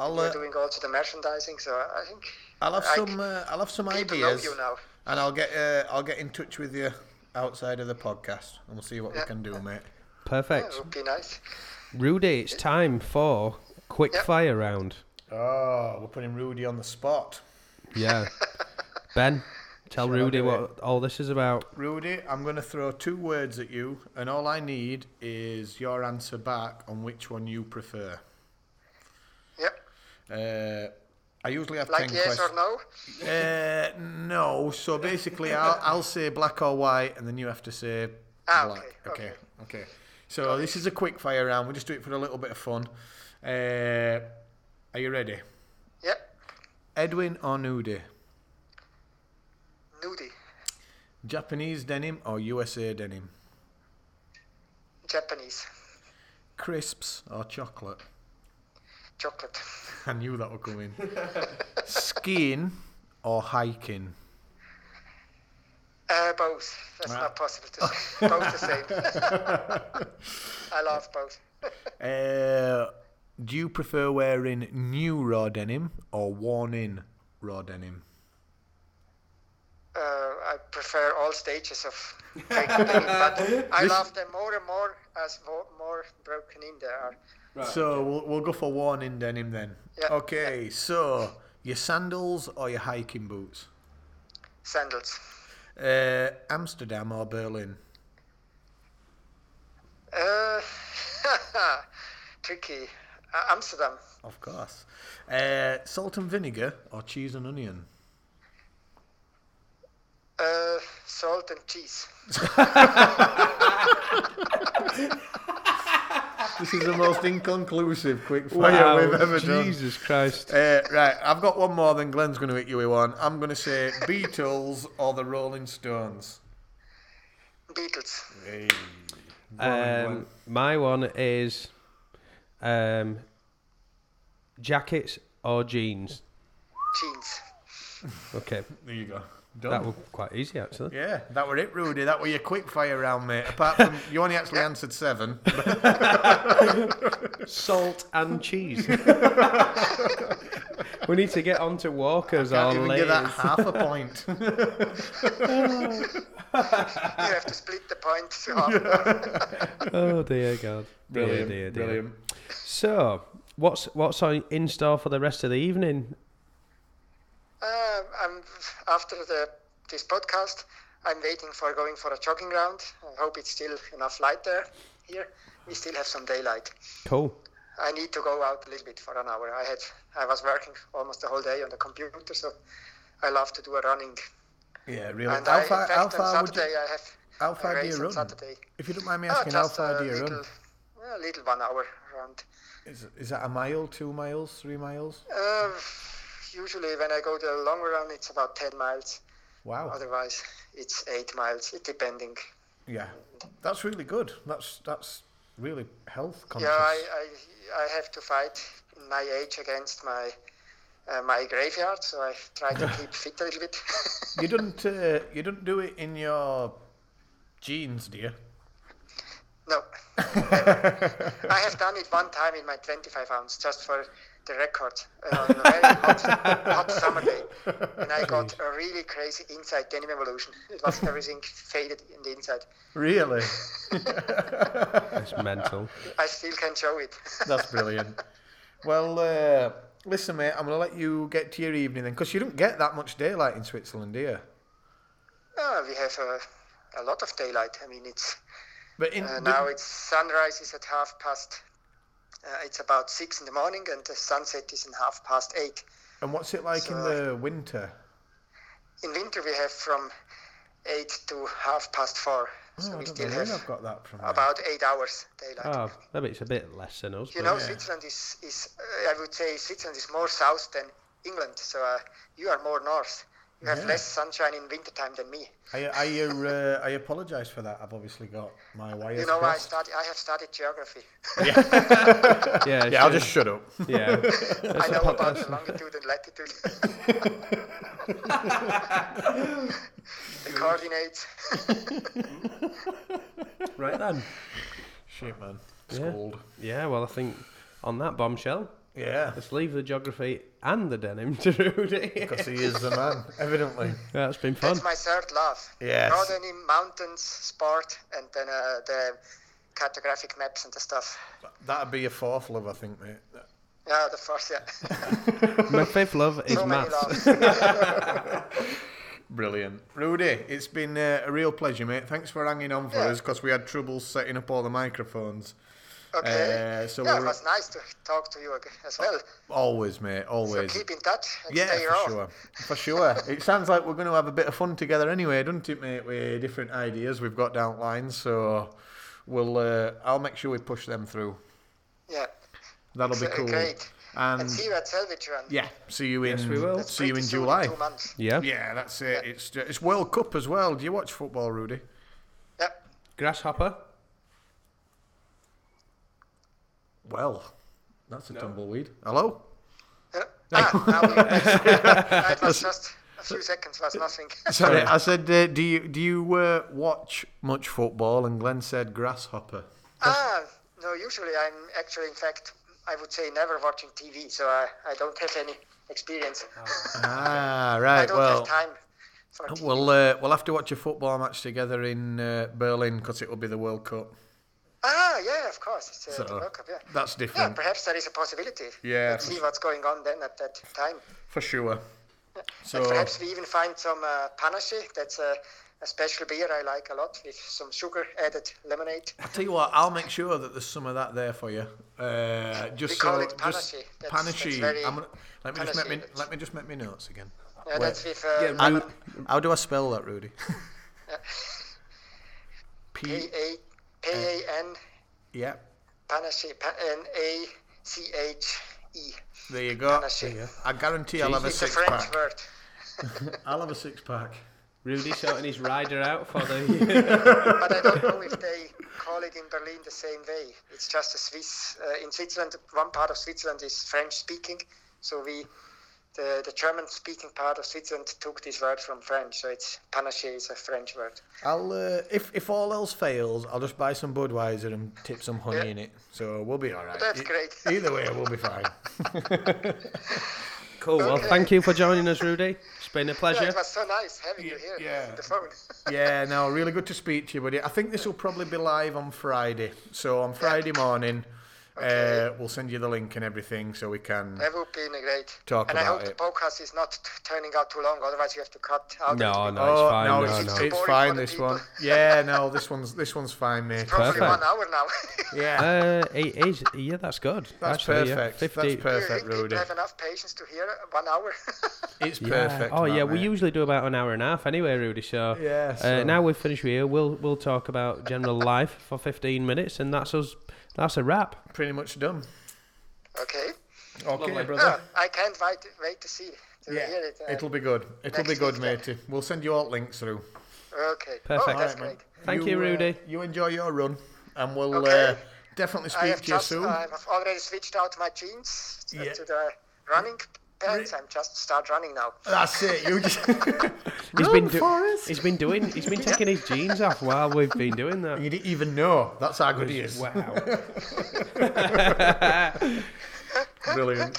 S3: I'll,
S4: you're
S3: uh,
S4: doing also the merchandising. So I think
S3: I'll have
S4: I-
S3: some. Uh, I'll have some
S4: people know
S3: ideas,
S4: you now.
S3: and I'll get. Uh, I'll get in touch with you outside of the podcast, and we'll see what
S4: Yeah.
S3: we can do, mate.
S4: That
S2: Perfect.
S4: would be nice.
S2: Rudy, it's time for quick
S4: Yep.
S2: fire round.
S3: Oh, we're putting Rudy on the spot.
S2: Yeah. ben, tell
S3: I
S2: Rudy
S3: do
S2: what all this is about.
S3: Rudy, I'm going to throw two words at you, and all I need is your answer back on which one you prefer.
S4: Yep.
S3: Uh, I usually have
S4: Like
S3: ten
S4: yes
S3: questions.
S4: or no?
S3: Uh, no. So basically, I'll, I'll say black or white, and then you have to say
S4: Ah,
S3: black.
S4: okay, okay.
S3: okay. So this is a quick fire round. We just do it for a little bit of fun. Uh, are you ready?
S4: Yep.
S3: Edwin or Nudie?
S4: Nudie.
S3: Japanese denim or USA denim?
S4: Japanese.
S3: crisps or chocolate?
S4: Chocolate.
S3: I knew that would come in. Skiing or hiking?
S4: Uh, both. That's
S3: Right.
S4: not possible to say. both the same. I love both.
S3: Uh, do you prefer wearing new raw denim or worn in raw denim?
S4: Uh, I prefer all stages of breaking in, but I love them more and more as more, more broken in there are.
S3: so we'll, we'll go for worn in denim then.
S4: Yeah,
S3: Okay, so your sandals or your hiking boots?
S4: Sandals.
S3: Uh, Amsterdam or Berlin?
S4: Uh, tricky. Uh, Amsterdam.
S3: Of course. Uh, salt and vinegar or cheese and onion?
S4: Uh, salt and cheese.
S3: This is the most inconclusive quick fire
S2: Wow,
S3: Oh, we've ever done.
S2: Jesus Christ.
S3: Uh, right, I've got one more, then Glenn's going to hit you with one. I'm going to say Beatles or the Rolling Stones.
S4: Beatles.
S3: Hey.
S2: Um, my one is um, jackets or jeans.
S4: Jeans.
S2: Okay,
S3: There you go.
S2: that
S3: Done.
S2: was quite easy actually.
S3: Yeah, that were it, Rudy. That were your quick fire round, mate. Apart from you only actually answered seven.
S2: Salt and cheese. we need to get on to walkers or
S3: Can't even get that
S2: layers.
S3: half a point.
S4: You have to split the point to half.
S2: Oh dear God! Dear, dear, dear.
S3: brilliant.
S2: So, what's what's on, in store for the rest of the evening?
S4: Uh, I'm after the this podcast. I'm waiting for going for a jogging round. I hope it's still enough light there. Here, we still have some daylight.
S2: Cool.
S4: I need to go out a little bit for an hour. I had I was working almost the whole day on the computer, so I love to do a running.
S3: Yeah, really.
S4: And
S3: how
S4: I,
S3: far,
S4: in
S3: how
S4: fact,
S3: far
S4: on
S3: would you,
S4: Saturday I have
S3: how
S4: a
S3: far do
S4: race
S3: you
S4: on
S3: run?
S4: Saturday.
S3: If you don't mind me
S4: Ah,
S3: asking, how
S4: just
S3: far
S4: a
S3: do you run?
S4: little, a little one hour round.
S3: Is, is that a mile, two miles, three miles?
S4: Uh, usually when I go the long run, it's about ten miles.
S3: Wow.
S4: Otherwise, it's eight miles, it depending.
S3: Yeah, that's really good. That's that's really health conscious.
S4: Yeah, I, I, I have to fight my age against my uh, my graveyard, so I try to keep fit a little bit.
S3: You didn't uh, you didn't do it in your jeans, do you?
S4: no, I have done it one time in my 25 ounce, just for the record, uh, on a very hot, hot summer day, and I got a really crazy inside denim evolution. It was everything faded in the inside.
S3: Really?
S2: That's mental.
S4: I still can show it.
S3: That's brilliant. well, uh, listen, mate, I'm gonna let you get to your evening then, because you don't get that much daylight in Switzerland, do you?
S4: Ah, we have a, a lot of daylight. I mean, it's
S3: But in
S4: Uh,
S3: the-
S4: now it's sunrise is at half past. Uh, it's about six in the morning, and the sunset is in half past eight.
S3: and what's it like in
S4: so-
S3: the winter?
S4: In winter, we have from eight to half past four,
S3: Oh,
S4: so
S3: I
S4: we
S3: don't
S4: still
S3: know where
S4: have
S3: I've got that from. About
S4: about eight hours daylight.
S2: Oh, maybe it's a bit less than us.
S4: you
S2: but-
S4: know,
S3: Ah, yeah.
S4: Switzerland is is uh, I would say Switzerland is more south than England, so uh, you are more north. You have
S3: Yeah.
S4: less sunshine in wintertime than me.
S3: I I, uh, I apologise for that. I've obviously got my wires.
S4: You know, I
S3: crossed.
S4: study. I have studied geography.
S2: yeah,
S3: Yeah, I'll
S2: sure.
S3: just shut up.
S2: yeah.
S4: I know about the longitude and latitude. the coordinates.
S2: Right then.
S3: Shit, man.
S2: Yeah.
S3: Scold.
S2: Yeah, well, I think on that bombshell,
S3: Yeah.
S2: let's leave the geography and the denim to Rudy.
S3: Because he is the man, evidently.
S2: That's been fun.
S4: That's my third love.
S3: Yes.
S4: Rather than in mountains, sport, and then uh, the cartographic maps and the stuff.
S3: That'd be your fourth love, I think, mate.
S4: Yeah, the first, yeah.
S2: My fifth love is
S4: so many
S2: maths.
S4: loves.
S3: Brilliant. Rudy, it's been uh, a real pleasure, mate. Thanks for hanging on for
S4: Yeah.
S3: us because we had trouble setting up all the microphones.
S4: Okay.
S3: Uh, so
S4: yeah, it
S3: we're-
S4: was nice to talk to you ag- as well.
S3: Always, mate. Always.
S4: So keep in touch and
S3: yeah,
S4: stay
S3: for
S4: raw.
S3: sure. For sure. It sounds like we're going to have a bit of fun together anyway, doesn't it, mate? With different ideas we've got down lines. So we'll. Uh, I'll make sure we push them through.
S4: Yeah.
S3: That'll be
S4: So,
S3: cool.
S4: Great.
S3: And,
S4: And see you at Salvage Run.
S3: yeah, see you in.
S2: Yes, we will.
S4: That's
S3: See you
S4: pretty
S3: in
S4: soon,
S3: July.
S4: Two months.
S2: Yeah.
S3: Yeah, that's it. It's uh, it's World Cup as well. Do you watch football, Rudy?
S4: Yeah.
S2: Grasshopper.
S3: Well, that's a tumbleweed. Hello?
S4: Uh, ah, now we uh, it was just a few seconds, was nothing.
S3: Sorry, I said, uh, do you do you uh, watch much football? And Glenn said grasshopper.
S4: ah, no, usually I'm actually, in fact, I would say never watching TV, so I, I don't have any experience.
S3: Ah,
S4: I
S3: right.
S4: don't
S3: Well,
S4: have time for TV.
S3: we'll uh, we'll have to watch a football match together in uh, Berlin because it will be the World Cup.
S4: Ah, yeah, of course. It's uh,
S3: So,
S4: the World Cup, yeah.
S3: That's
S4: Yeah,
S3: different
S4: perhaps there is a possibility.
S3: Yeah.
S4: Let's see what's going on then at that time.
S3: for sure. So
S4: And perhaps we even find some uh, panache. That's a, a special beer I like a lot with some sugar added lemonade. Uh,
S3: I tell you what, I'll make sure that there's some of that there for you. Uh, just
S4: We call
S3: so,
S4: it
S3: just
S4: panache. That's-
S3: panache.
S4: that's very-
S3: I'm gonna, let me just make me,
S4: panache.
S3: let me just make me notes again.
S4: Yeah, that's
S3: Wait.
S4: with uh,
S2: Yeah,
S3: How,
S4: Alan,
S3: how do I spell that, Rudy? P.
S4: P-A- P-A-N,
S3: Yeah.
S4: panache, pa- N-A-C-H-E.
S3: There you go.
S4: Panache. There you go.
S3: I guarantee I'll have a
S4: E. It's a
S3: six
S4: French
S3: pack.
S4: word.
S3: I'll have a six pack.
S2: Rudy sorting his rider out for the.
S4: But I don't know if they call it in Berlin the same way. It's just a Swiss. Uh, in Switzerland, one part of Switzerland is French speaking, so we, the, the German speaking part of Switzerland took this word from French. So it's panache is a French word.
S3: I'll uh, if if all else fails, I'll just buy some Budweiser and tip some honey
S4: Yeah.
S3: in it. So we'll be all right.
S4: That's
S3: E-
S4: great.
S3: Either way, we'll be fine.
S2: Cool. Well, thank you for joining us, Rudy. It's been a
S4: Yeah,
S2: pleasure.
S4: it was so nice having you here
S3: yeah.
S4: on the phone.
S3: yeah, no, really good to speak to you, buddy. I think this will probably be live on Friday. So on Friday morning, uh, we'll send you the link and everything so we can.
S4: that would be great.
S3: Talk
S4: and I
S3: about
S4: hope the
S3: it.
S4: podcast is not t- turning out too long, otherwise you have to cut out. a
S2: No,
S4: little bit.
S2: no,
S3: Oh,
S2: it's fine.
S3: no,
S2: No,
S3: it's,
S2: no.
S3: it's
S4: Boring for
S3: fine.
S4: the
S3: This
S4: people.
S3: one, yeah, no, this one's this one's fine, mate.
S4: Probably
S2: Perfect.
S4: one hour now.
S3: Yeah,
S2: Uh, it is. Yeah, that's good.
S3: that's
S2: Actually, yeah.
S3: perfect.
S2: 50
S3: That's
S4: Do you think
S3: perfect,
S4: people
S3: Rudy.
S4: have enough patience to hear one hour?
S3: It's
S2: Yeah.
S3: perfect.
S2: Oh
S3: that,
S2: yeah, we
S3: mate.
S2: usually do about an hour and a half anyway, Rudy. So
S3: Yeah, so-
S2: uh, now we've finished here. We'll we'll talk about general life for fifteen minutes, and that's us. That's a wrap.
S3: pretty much done.
S4: okay.
S3: Okay,
S2: Lovely.
S3: brother.
S4: No, Oh, I can't wait, wait to see to
S3: Yeah,
S4: hear it. uh,
S3: it'll be good. It'll be
S4: next
S3: good,
S4: weekend.
S3: matey. We'll send you all links through.
S4: Okay.
S2: Perfect.
S4: Oh, that's
S3: Alright, mate.
S4: great.
S2: Thank you,
S3: uh,
S2: Rudy.
S3: you enjoy your run, and we'll
S4: Okay.
S3: uh, definitely
S4: I
S3: speak
S4: have
S3: to you
S4: just
S3: soon.
S4: I've already switched out my jeans to,
S3: Yeah.
S4: to the running pants. I'm just start running now.
S3: That's it. You just
S2: He's been do-
S3: for us.
S2: He's been doing. He's been taking his jeans off while we've been doing that.
S3: You didn't even know. That's how good he is.
S2: Wow.
S3: Brilliant.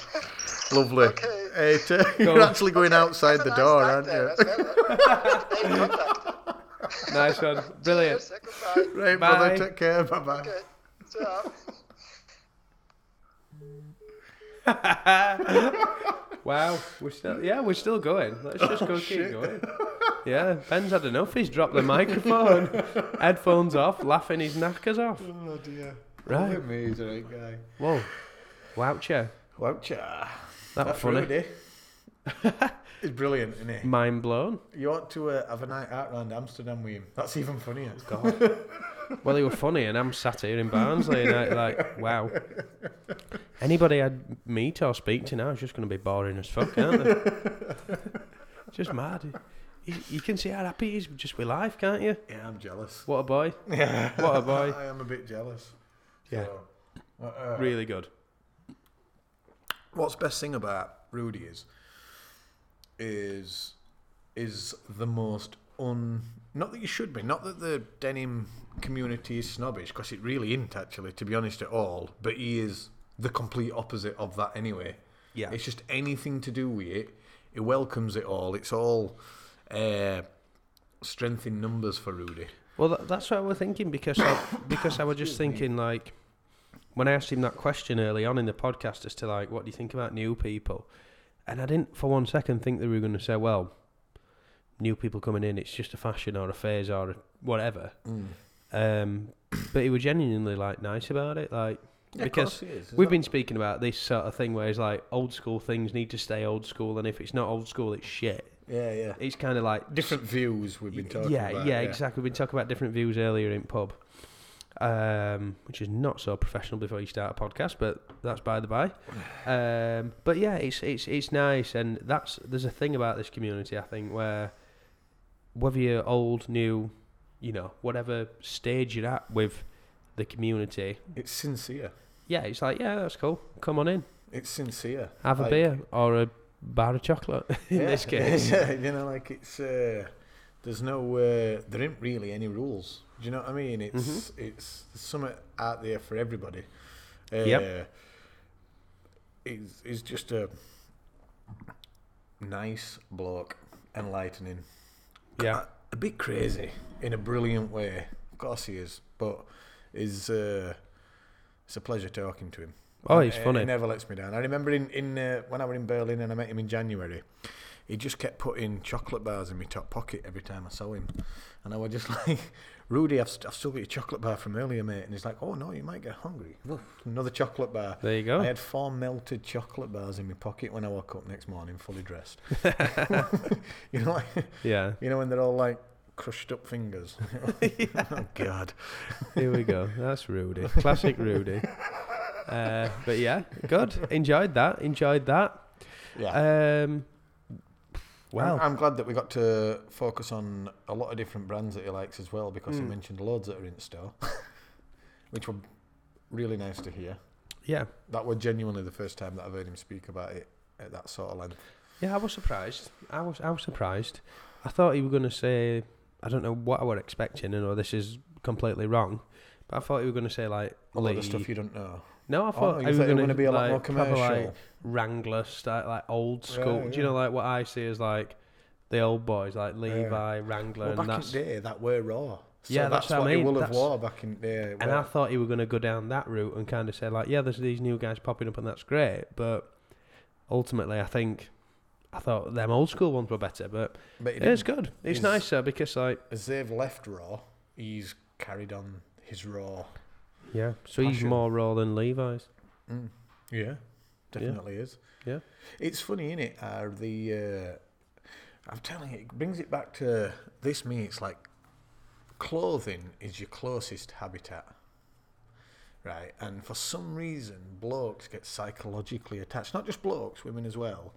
S3: Lovely. Hey, t- you're
S2: Go.
S3: actually going outside the door,
S4: Nice
S3: aren't
S4: night there
S3: you?
S4: as well. Stay in contact.
S2: nice one. Brilliant.
S4: Yes, goodbye.
S3: Right,
S2: Bye.
S3: brother. Take care. Bye bye.
S4: Okay. Ciao.
S2: Wow. We're still. Yeah, we're still going. Let's just
S3: Oh,
S2: go keep going. Yeah, Ben's had enough. He's dropped the microphone, headphones off, laughing his knackers off.
S3: Oh dear.
S2: Right.
S3: me, he's a right guy.
S2: Whoa. Wowcha.
S3: Wowcha.
S2: That was
S3: That's
S2: funny.
S3: Rudy. He's brilliant, isn't he?
S2: Mind blown.
S3: You ought to uh, have a night out round Amsterdam with him. That's even funnier.
S2: Well, they were funny, and I'm sat here in Barnsley, and I, like, wow. Anybody I'd meet or speak to now is just going to be boring as fuck, aren't they? just mad. You, you can see how happy he is just with life, can't you?
S3: Yeah, I'm jealous.
S2: What a boy. What a boy.
S3: I am a bit jealous.
S2: Yeah.
S3: So, uh, uh,
S2: Really good.
S3: what's best thing about Rudy is is is the most un not that you should be not that the denim community is snobbish because it really isn't actually to be honest at all but he is the complete opposite of that anyway
S2: Yeah.
S3: it's just anything to do with it he welcomes it all it's all uh, strength in numbers for Rudy
S2: Well, tha that's what I was thinking because I, because I was just thinking like when I asked him that question early on in the podcast as to like what do you think about new people, and I didn't for one second think they were going to say well, new people coming in it's just a fashion or a phase or a whatever. Um, but he was genuinely like nice about it, like because we've been speaking about this sort of thing where it's like old school things need to stay old school, and if it's not old school, it's shit.
S3: yeah yeah
S2: It's kind of like
S3: different views we've been talking
S2: yeah,
S3: about
S2: yeah, exactly. We talked about different views earlier in pub, um, which is not so professional before you start a podcast, but that's by the by. Um, but yeah, it's it's it's nice, and that's there's a thing about this community, I think, where whether you're old, new, you know, whatever stage you're at with the community,
S3: it's sincere
S2: yeah, it's like, yeah, that's cool. Come on in,
S3: It's sincere.
S2: have a
S3: Like-
S2: beer or a bar of chocolate. in this case,
S3: yeah, you know, like it's uh, there's no uh, there ain't really any rules. Do you know what I mean? It's
S2: Mm-hmm.
S3: it's there's something out there for everybody. Uh,
S2: Yep.
S3: He's, he's just a nice bloke, enlightening,
S2: yeah,
S3: a, a bit crazy in a brilliant way. Of course he is, but is uh, it's a pleasure talking to him.
S2: Oh, he's
S3: Uh,
S2: funny.
S3: He never lets me down. I remember in in uh, when I was in Berlin and I met him in January. He just kept putting chocolate bars in my top pocket every time I saw him, and I was just like, "Rudy, I've, st- I've still got your chocolate bar from earlier, mate." And he's like, "Oh no, you might get hungry." Another chocolate bar.
S2: There you go.
S3: I had four melted chocolate bars in my pocket when I woke up next morning, fully dressed. you know, like,
S2: yeah.
S3: you know, when they're all like crushed up fingers. oh, God.
S2: Here we go. That's Rudy. Classic Rudy. Uh, but yeah, good. Enjoyed that. Enjoyed that.
S3: Yeah.
S2: Um,
S3: I'm,
S2: well,
S3: Uh, I'm glad that we got to focus on a lot of different brands that he likes as well because he
S2: Hmm.
S3: mentioned loads that are in store, which were really nice to hear.
S2: yeah.
S3: That were genuinely the first time that I've heard him speak about it at that sort of length.
S2: Yeah, I was surprised. I was I was surprised. I thought he was going to say, I don't know what I were expecting, and or this is completely wrong. But I thought he was going to say like
S3: A lot of
S2: Lee-
S3: stuff you don't know.
S2: No, I
S3: Oh,
S2: thought
S3: no,
S2: I
S3: you
S2: was
S3: thought it was
S2: going
S3: going to be a lot
S2: like,
S3: more
S2: proper,
S3: commercial.
S2: like Wrangler style, like old school. Do you
S3: yeah.
S2: know like what I see as like the old boys, like Levi, Wrangler,
S3: well, back
S2: and that's
S3: in the day, that were raw. So
S2: Yeah, that's
S3: that's,
S2: what I
S3: what he
S2: mean.
S3: will have
S2: That's-
S3: wore back in the day.
S2: And
S3: where-
S2: I thought you were going to go down that route and kind of say like, yeah, there's these new guys popping up and that's great, but ultimately, I think I thought them old school ones were better. But
S3: but he
S2: it's
S3: didn't.
S2: good. It's
S3: Is-
S2: nicer because like,
S3: as they've left raw, he's carried on his raw.
S2: yeah, so he's
S3: Passion.
S2: more raw than Levi's.
S3: Yeah, definitely is.
S2: Yeah,
S3: It's funny, innit? Are the uh, I'm telling you, it brings it back to this. Me, it's like clothing is your closest habitat, right? And for some reason, blokes get psychologically attached. Not just blokes, women as well,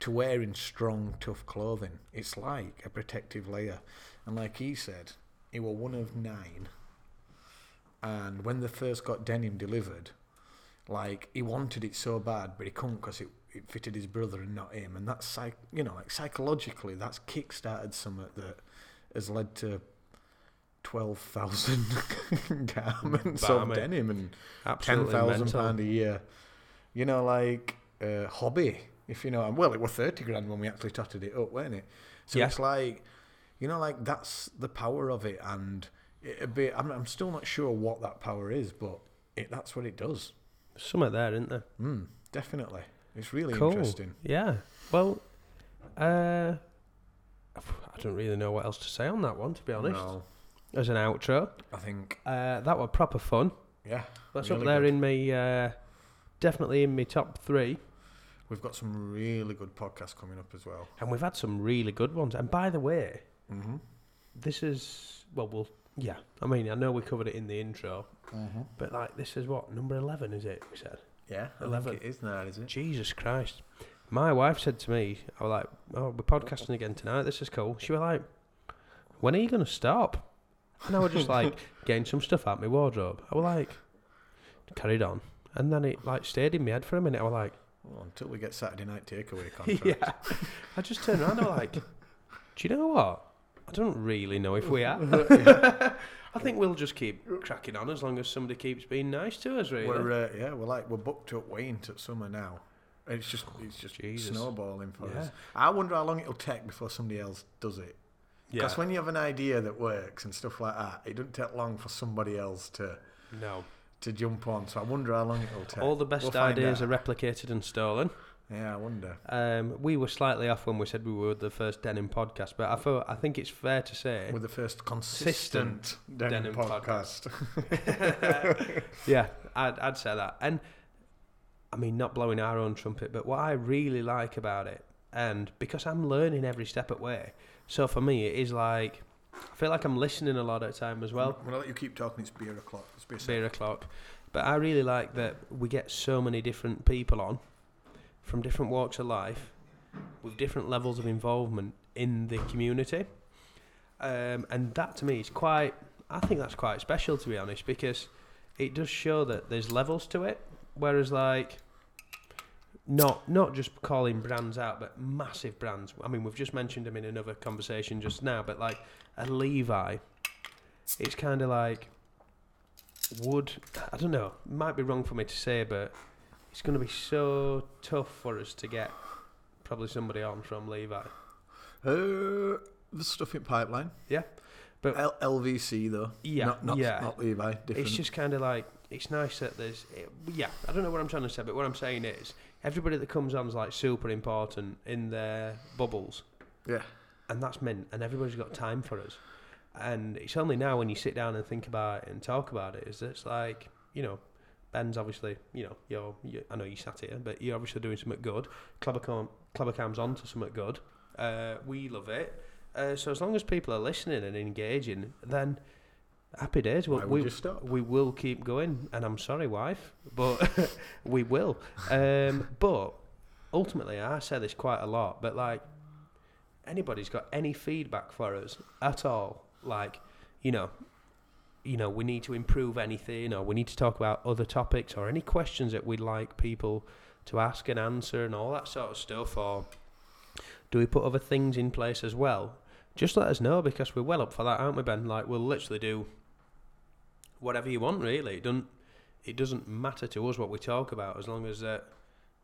S3: to wearing strong, tough clothing. It's like a protective layer. And like he said, he were one of nine. And when they first got denim delivered, like he wanted it so bad, but he couldn't because it, it fitted his brother and not him. And that's psych, you know, like psychologically, that's kick-started something that has led to twelve thousand garments of
S2: Blimey.
S3: denim and ten
S2: Absolutely
S3: thousand
S2: mental.
S3: pound a year. You know, like uh, hobby, if you know. And well, it was thirty grand when we actually totted it up, weren't it? So
S2: Yeah.
S3: it's like, you know, like that's the power of it, and it, a bit. I'm, I'm still not sure what that power is, but it, that's what it does.
S2: somewhere there, isn't there?
S3: Mm, definitely. It's really
S2: cool.
S3: interesting.
S2: Yeah. Well, uh, I don't really know what else to say on that one, to be honest.
S3: Well,
S2: As an outro,
S3: I think,
S2: uh, that were proper fun.
S3: yeah.
S2: That's
S3: really
S2: up there
S3: good.
S2: in my uh, definitely in my top three,
S3: We've got some really good podcasts coming up as well.
S2: and we've had some really good ones. And by the way,
S3: Mm-hmm.
S2: this is well, we'll yeah. I mean, I know we covered it in the intro, but like this is what number eleven is it? We said.
S3: Yeah, I
S2: Eleven.
S3: think it is now, is it?
S2: Jesus Christ. My wife said to me, I was like, oh, we're podcasting again tonight. This is cool. She was like, when are you going to stop? And I was just like, getting some stuff out my wardrobe. I was like, carried on. And then it like stayed in my head for a minute. I was like,
S3: Well, until we get Saturday night takeaway contracts.
S2: yeah. I just turned around. I was like, do you know what? I don't really know if we are. I think we'll just keep cracking on as long as somebody keeps being nice to us, really.
S3: We're uh, yeah, we're like we're booked up way into summer now. It's just it's just
S2: Oh, Jesus.
S3: snowballing for us.
S2: Yeah.
S3: I wonder how long it'll take before somebody else does it.
S2: yeah.
S3: Because when you have an idea that works and stuff like that, it doesn't take long for somebody else to
S2: No.
S3: to jump on. So I wonder how long it'll take.
S2: All the best
S3: We'll find
S2: ideas
S3: out.
S2: are replicated and stolen.
S3: yeah, I wonder.
S2: Um, we were slightly off when we said we were the first denim podcast, but I thought I think it's fair to say,
S3: With the first consistent, denim,
S2: Eh, denim
S3: podcast.
S2: yeah, I'd, I'd say that. And I mean, not blowing our own trumpet, but what I really like about it, and because I'm learning every step of the way, so for me it is like I feel like I'm listening a lot at the time as well.
S3: I'm gonna let you keep talking. It's beer o'clock. It's beer.
S2: beer o'clock. But I really like that we get so many different people on from different walks of life with different levels of involvement in the community. Um, and that to me is quite, I think that's quite special to be honest, because it does show that there's levels to it. Whereas like not not just calling brands out, but massive brands. I mean, we've just mentioned them in another conversation just now, but like a Levi, it's kind of like would I don't know. Might be wrong for me to say, but it's going to be so tough for us to get probably somebody on from Levi.
S3: Uh, the stuff in pipeline.
S2: Yeah, but
S3: L- LVC though.
S2: Yeah,
S3: Not not,
S2: yeah.
S3: not Levi. Different.
S2: It's just kind of like it's nice that there's it, yeah. I don't know what I'm trying to say, but what I'm saying is everybody that comes on is like super important in their bubbles,
S3: yeah.
S2: and that's meant, and everybody's got time for us. And it's only now when you sit down and think about it and talk about it is that it's like you know. Ben's obviously, you know, you're, you, I know you sat here, but you're obviously doing something good. Clubbercam, Clubbercam's on to something good. Uh, we love it. Uh, so as long as people are listening and engaging, then happy days. We,
S3: Why would
S2: we,
S3: you stop?
S2: we will keep going, and I'm sorry, wife, but we will. Um, but ultimately, I say this quite a lot, but like anybody's got any feedback for us at all, like you know, you know, we need to improve anything, or we need to talk about other topics, or any questions that we'd like people to ask and answer, and all that sort of stuff, or do we put other things in place as well? Just let us know because we're well up for that, aren't we, Ben? Like we'll literally do whatever you want, really. It doesn't it doesn't matter to us what we talk about as long as uh,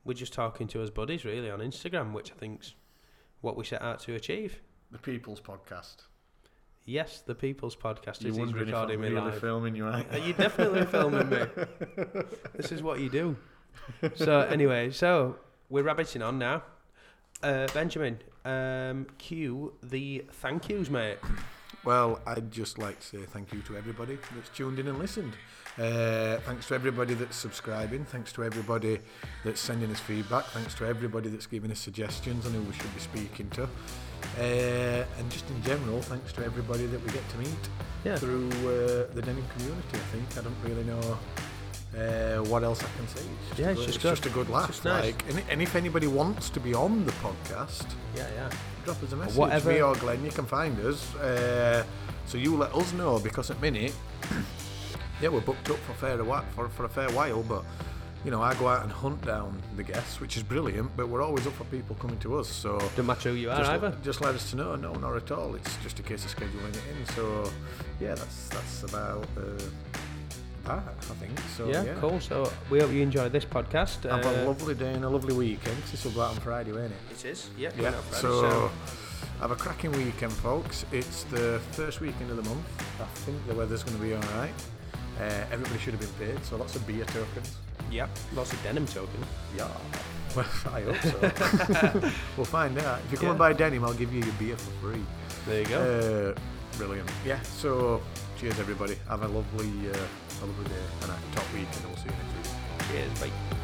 S2: we're just talking to us buddies, really, on Instagram, which I think's what we set out to achieve.
S3: The People's Podcast.
S2: Yes, the People's Podcast
S3: You're
S2: is he's
S3: wondering if
S2: recording
S3: I'm
S2: me
S3: really
S2: live.
S3: filming you, right?
S2: Are you definitely filming me? This is what you do. So anyway, so we're rabbiting on now. Uh, Benjamin, um, cue the thank yous, mate.
S3: Well, I'd just like to say thank you to everybody that's tuned in and listened. Uh, thanks to everybody that's subscribing. Thanks to everybody that's sending us feedback. Thanks to everybody that's giving us suggestions on who we should be speaking to. Uh, and just in general, thanks to everybody that we get to meet
S2: Yeah.
S3: through uh, the Denim community, I think. I don't really know uh, what else I can say. It's just,
S2: Yeah,
S3: a,
S2: it's
S3: good-
S2: just
S3: it's
S2: good.
S3: just a good laugh.
S2: just nice.
S3: like, and, and if anybody wants to be on the podcast,
S2: Yeah, yeah.
S3: drop us a message.
S2: whatever-
S3: Me or Glenn, you can find us. Uh, so you let us know because at minute, yeah, we're booked up for a fair while, for, for a fair while, but you know, I go out and hunt down the guests, which is brilliant. But we're always up for people coming to us. So
S2: Don't matter who you are
S3: just,
S2: either.
S3: just let us know. No, not at all. It's just a case of scheduling it in. So yeah, that's that's about uh, that. I think. So
S2: yeah,
S3: yeah,
S2: cool. So we hope you enjoy this podcast. Uh,
S3: Have a lovely day and a lovely weekend. 'cause This will be out on Friday, won't it?
S2: It is. Yeah.
S3: Yeah,
S2: going out Friday,
S3: so have a cracking weekend, folks. It's the first weekend of the month. I think the weather's going to be all right. Uh, everybody should have been paid, so lots of beer tokens.
S2: yeah, lots of denim token.
S3: Yeah. Well, I hope so. we'll find out. If you come and
S2: Yeah.
S3: buy denim, I'll give you your beer for free.
S2: There you go.
S3: Uh, brilliant. Yeah, so cheers, everybody. Have a lovely, uh, a lovely day and a top weekend, and we'll see you next week.
S2: Cheers. Bye.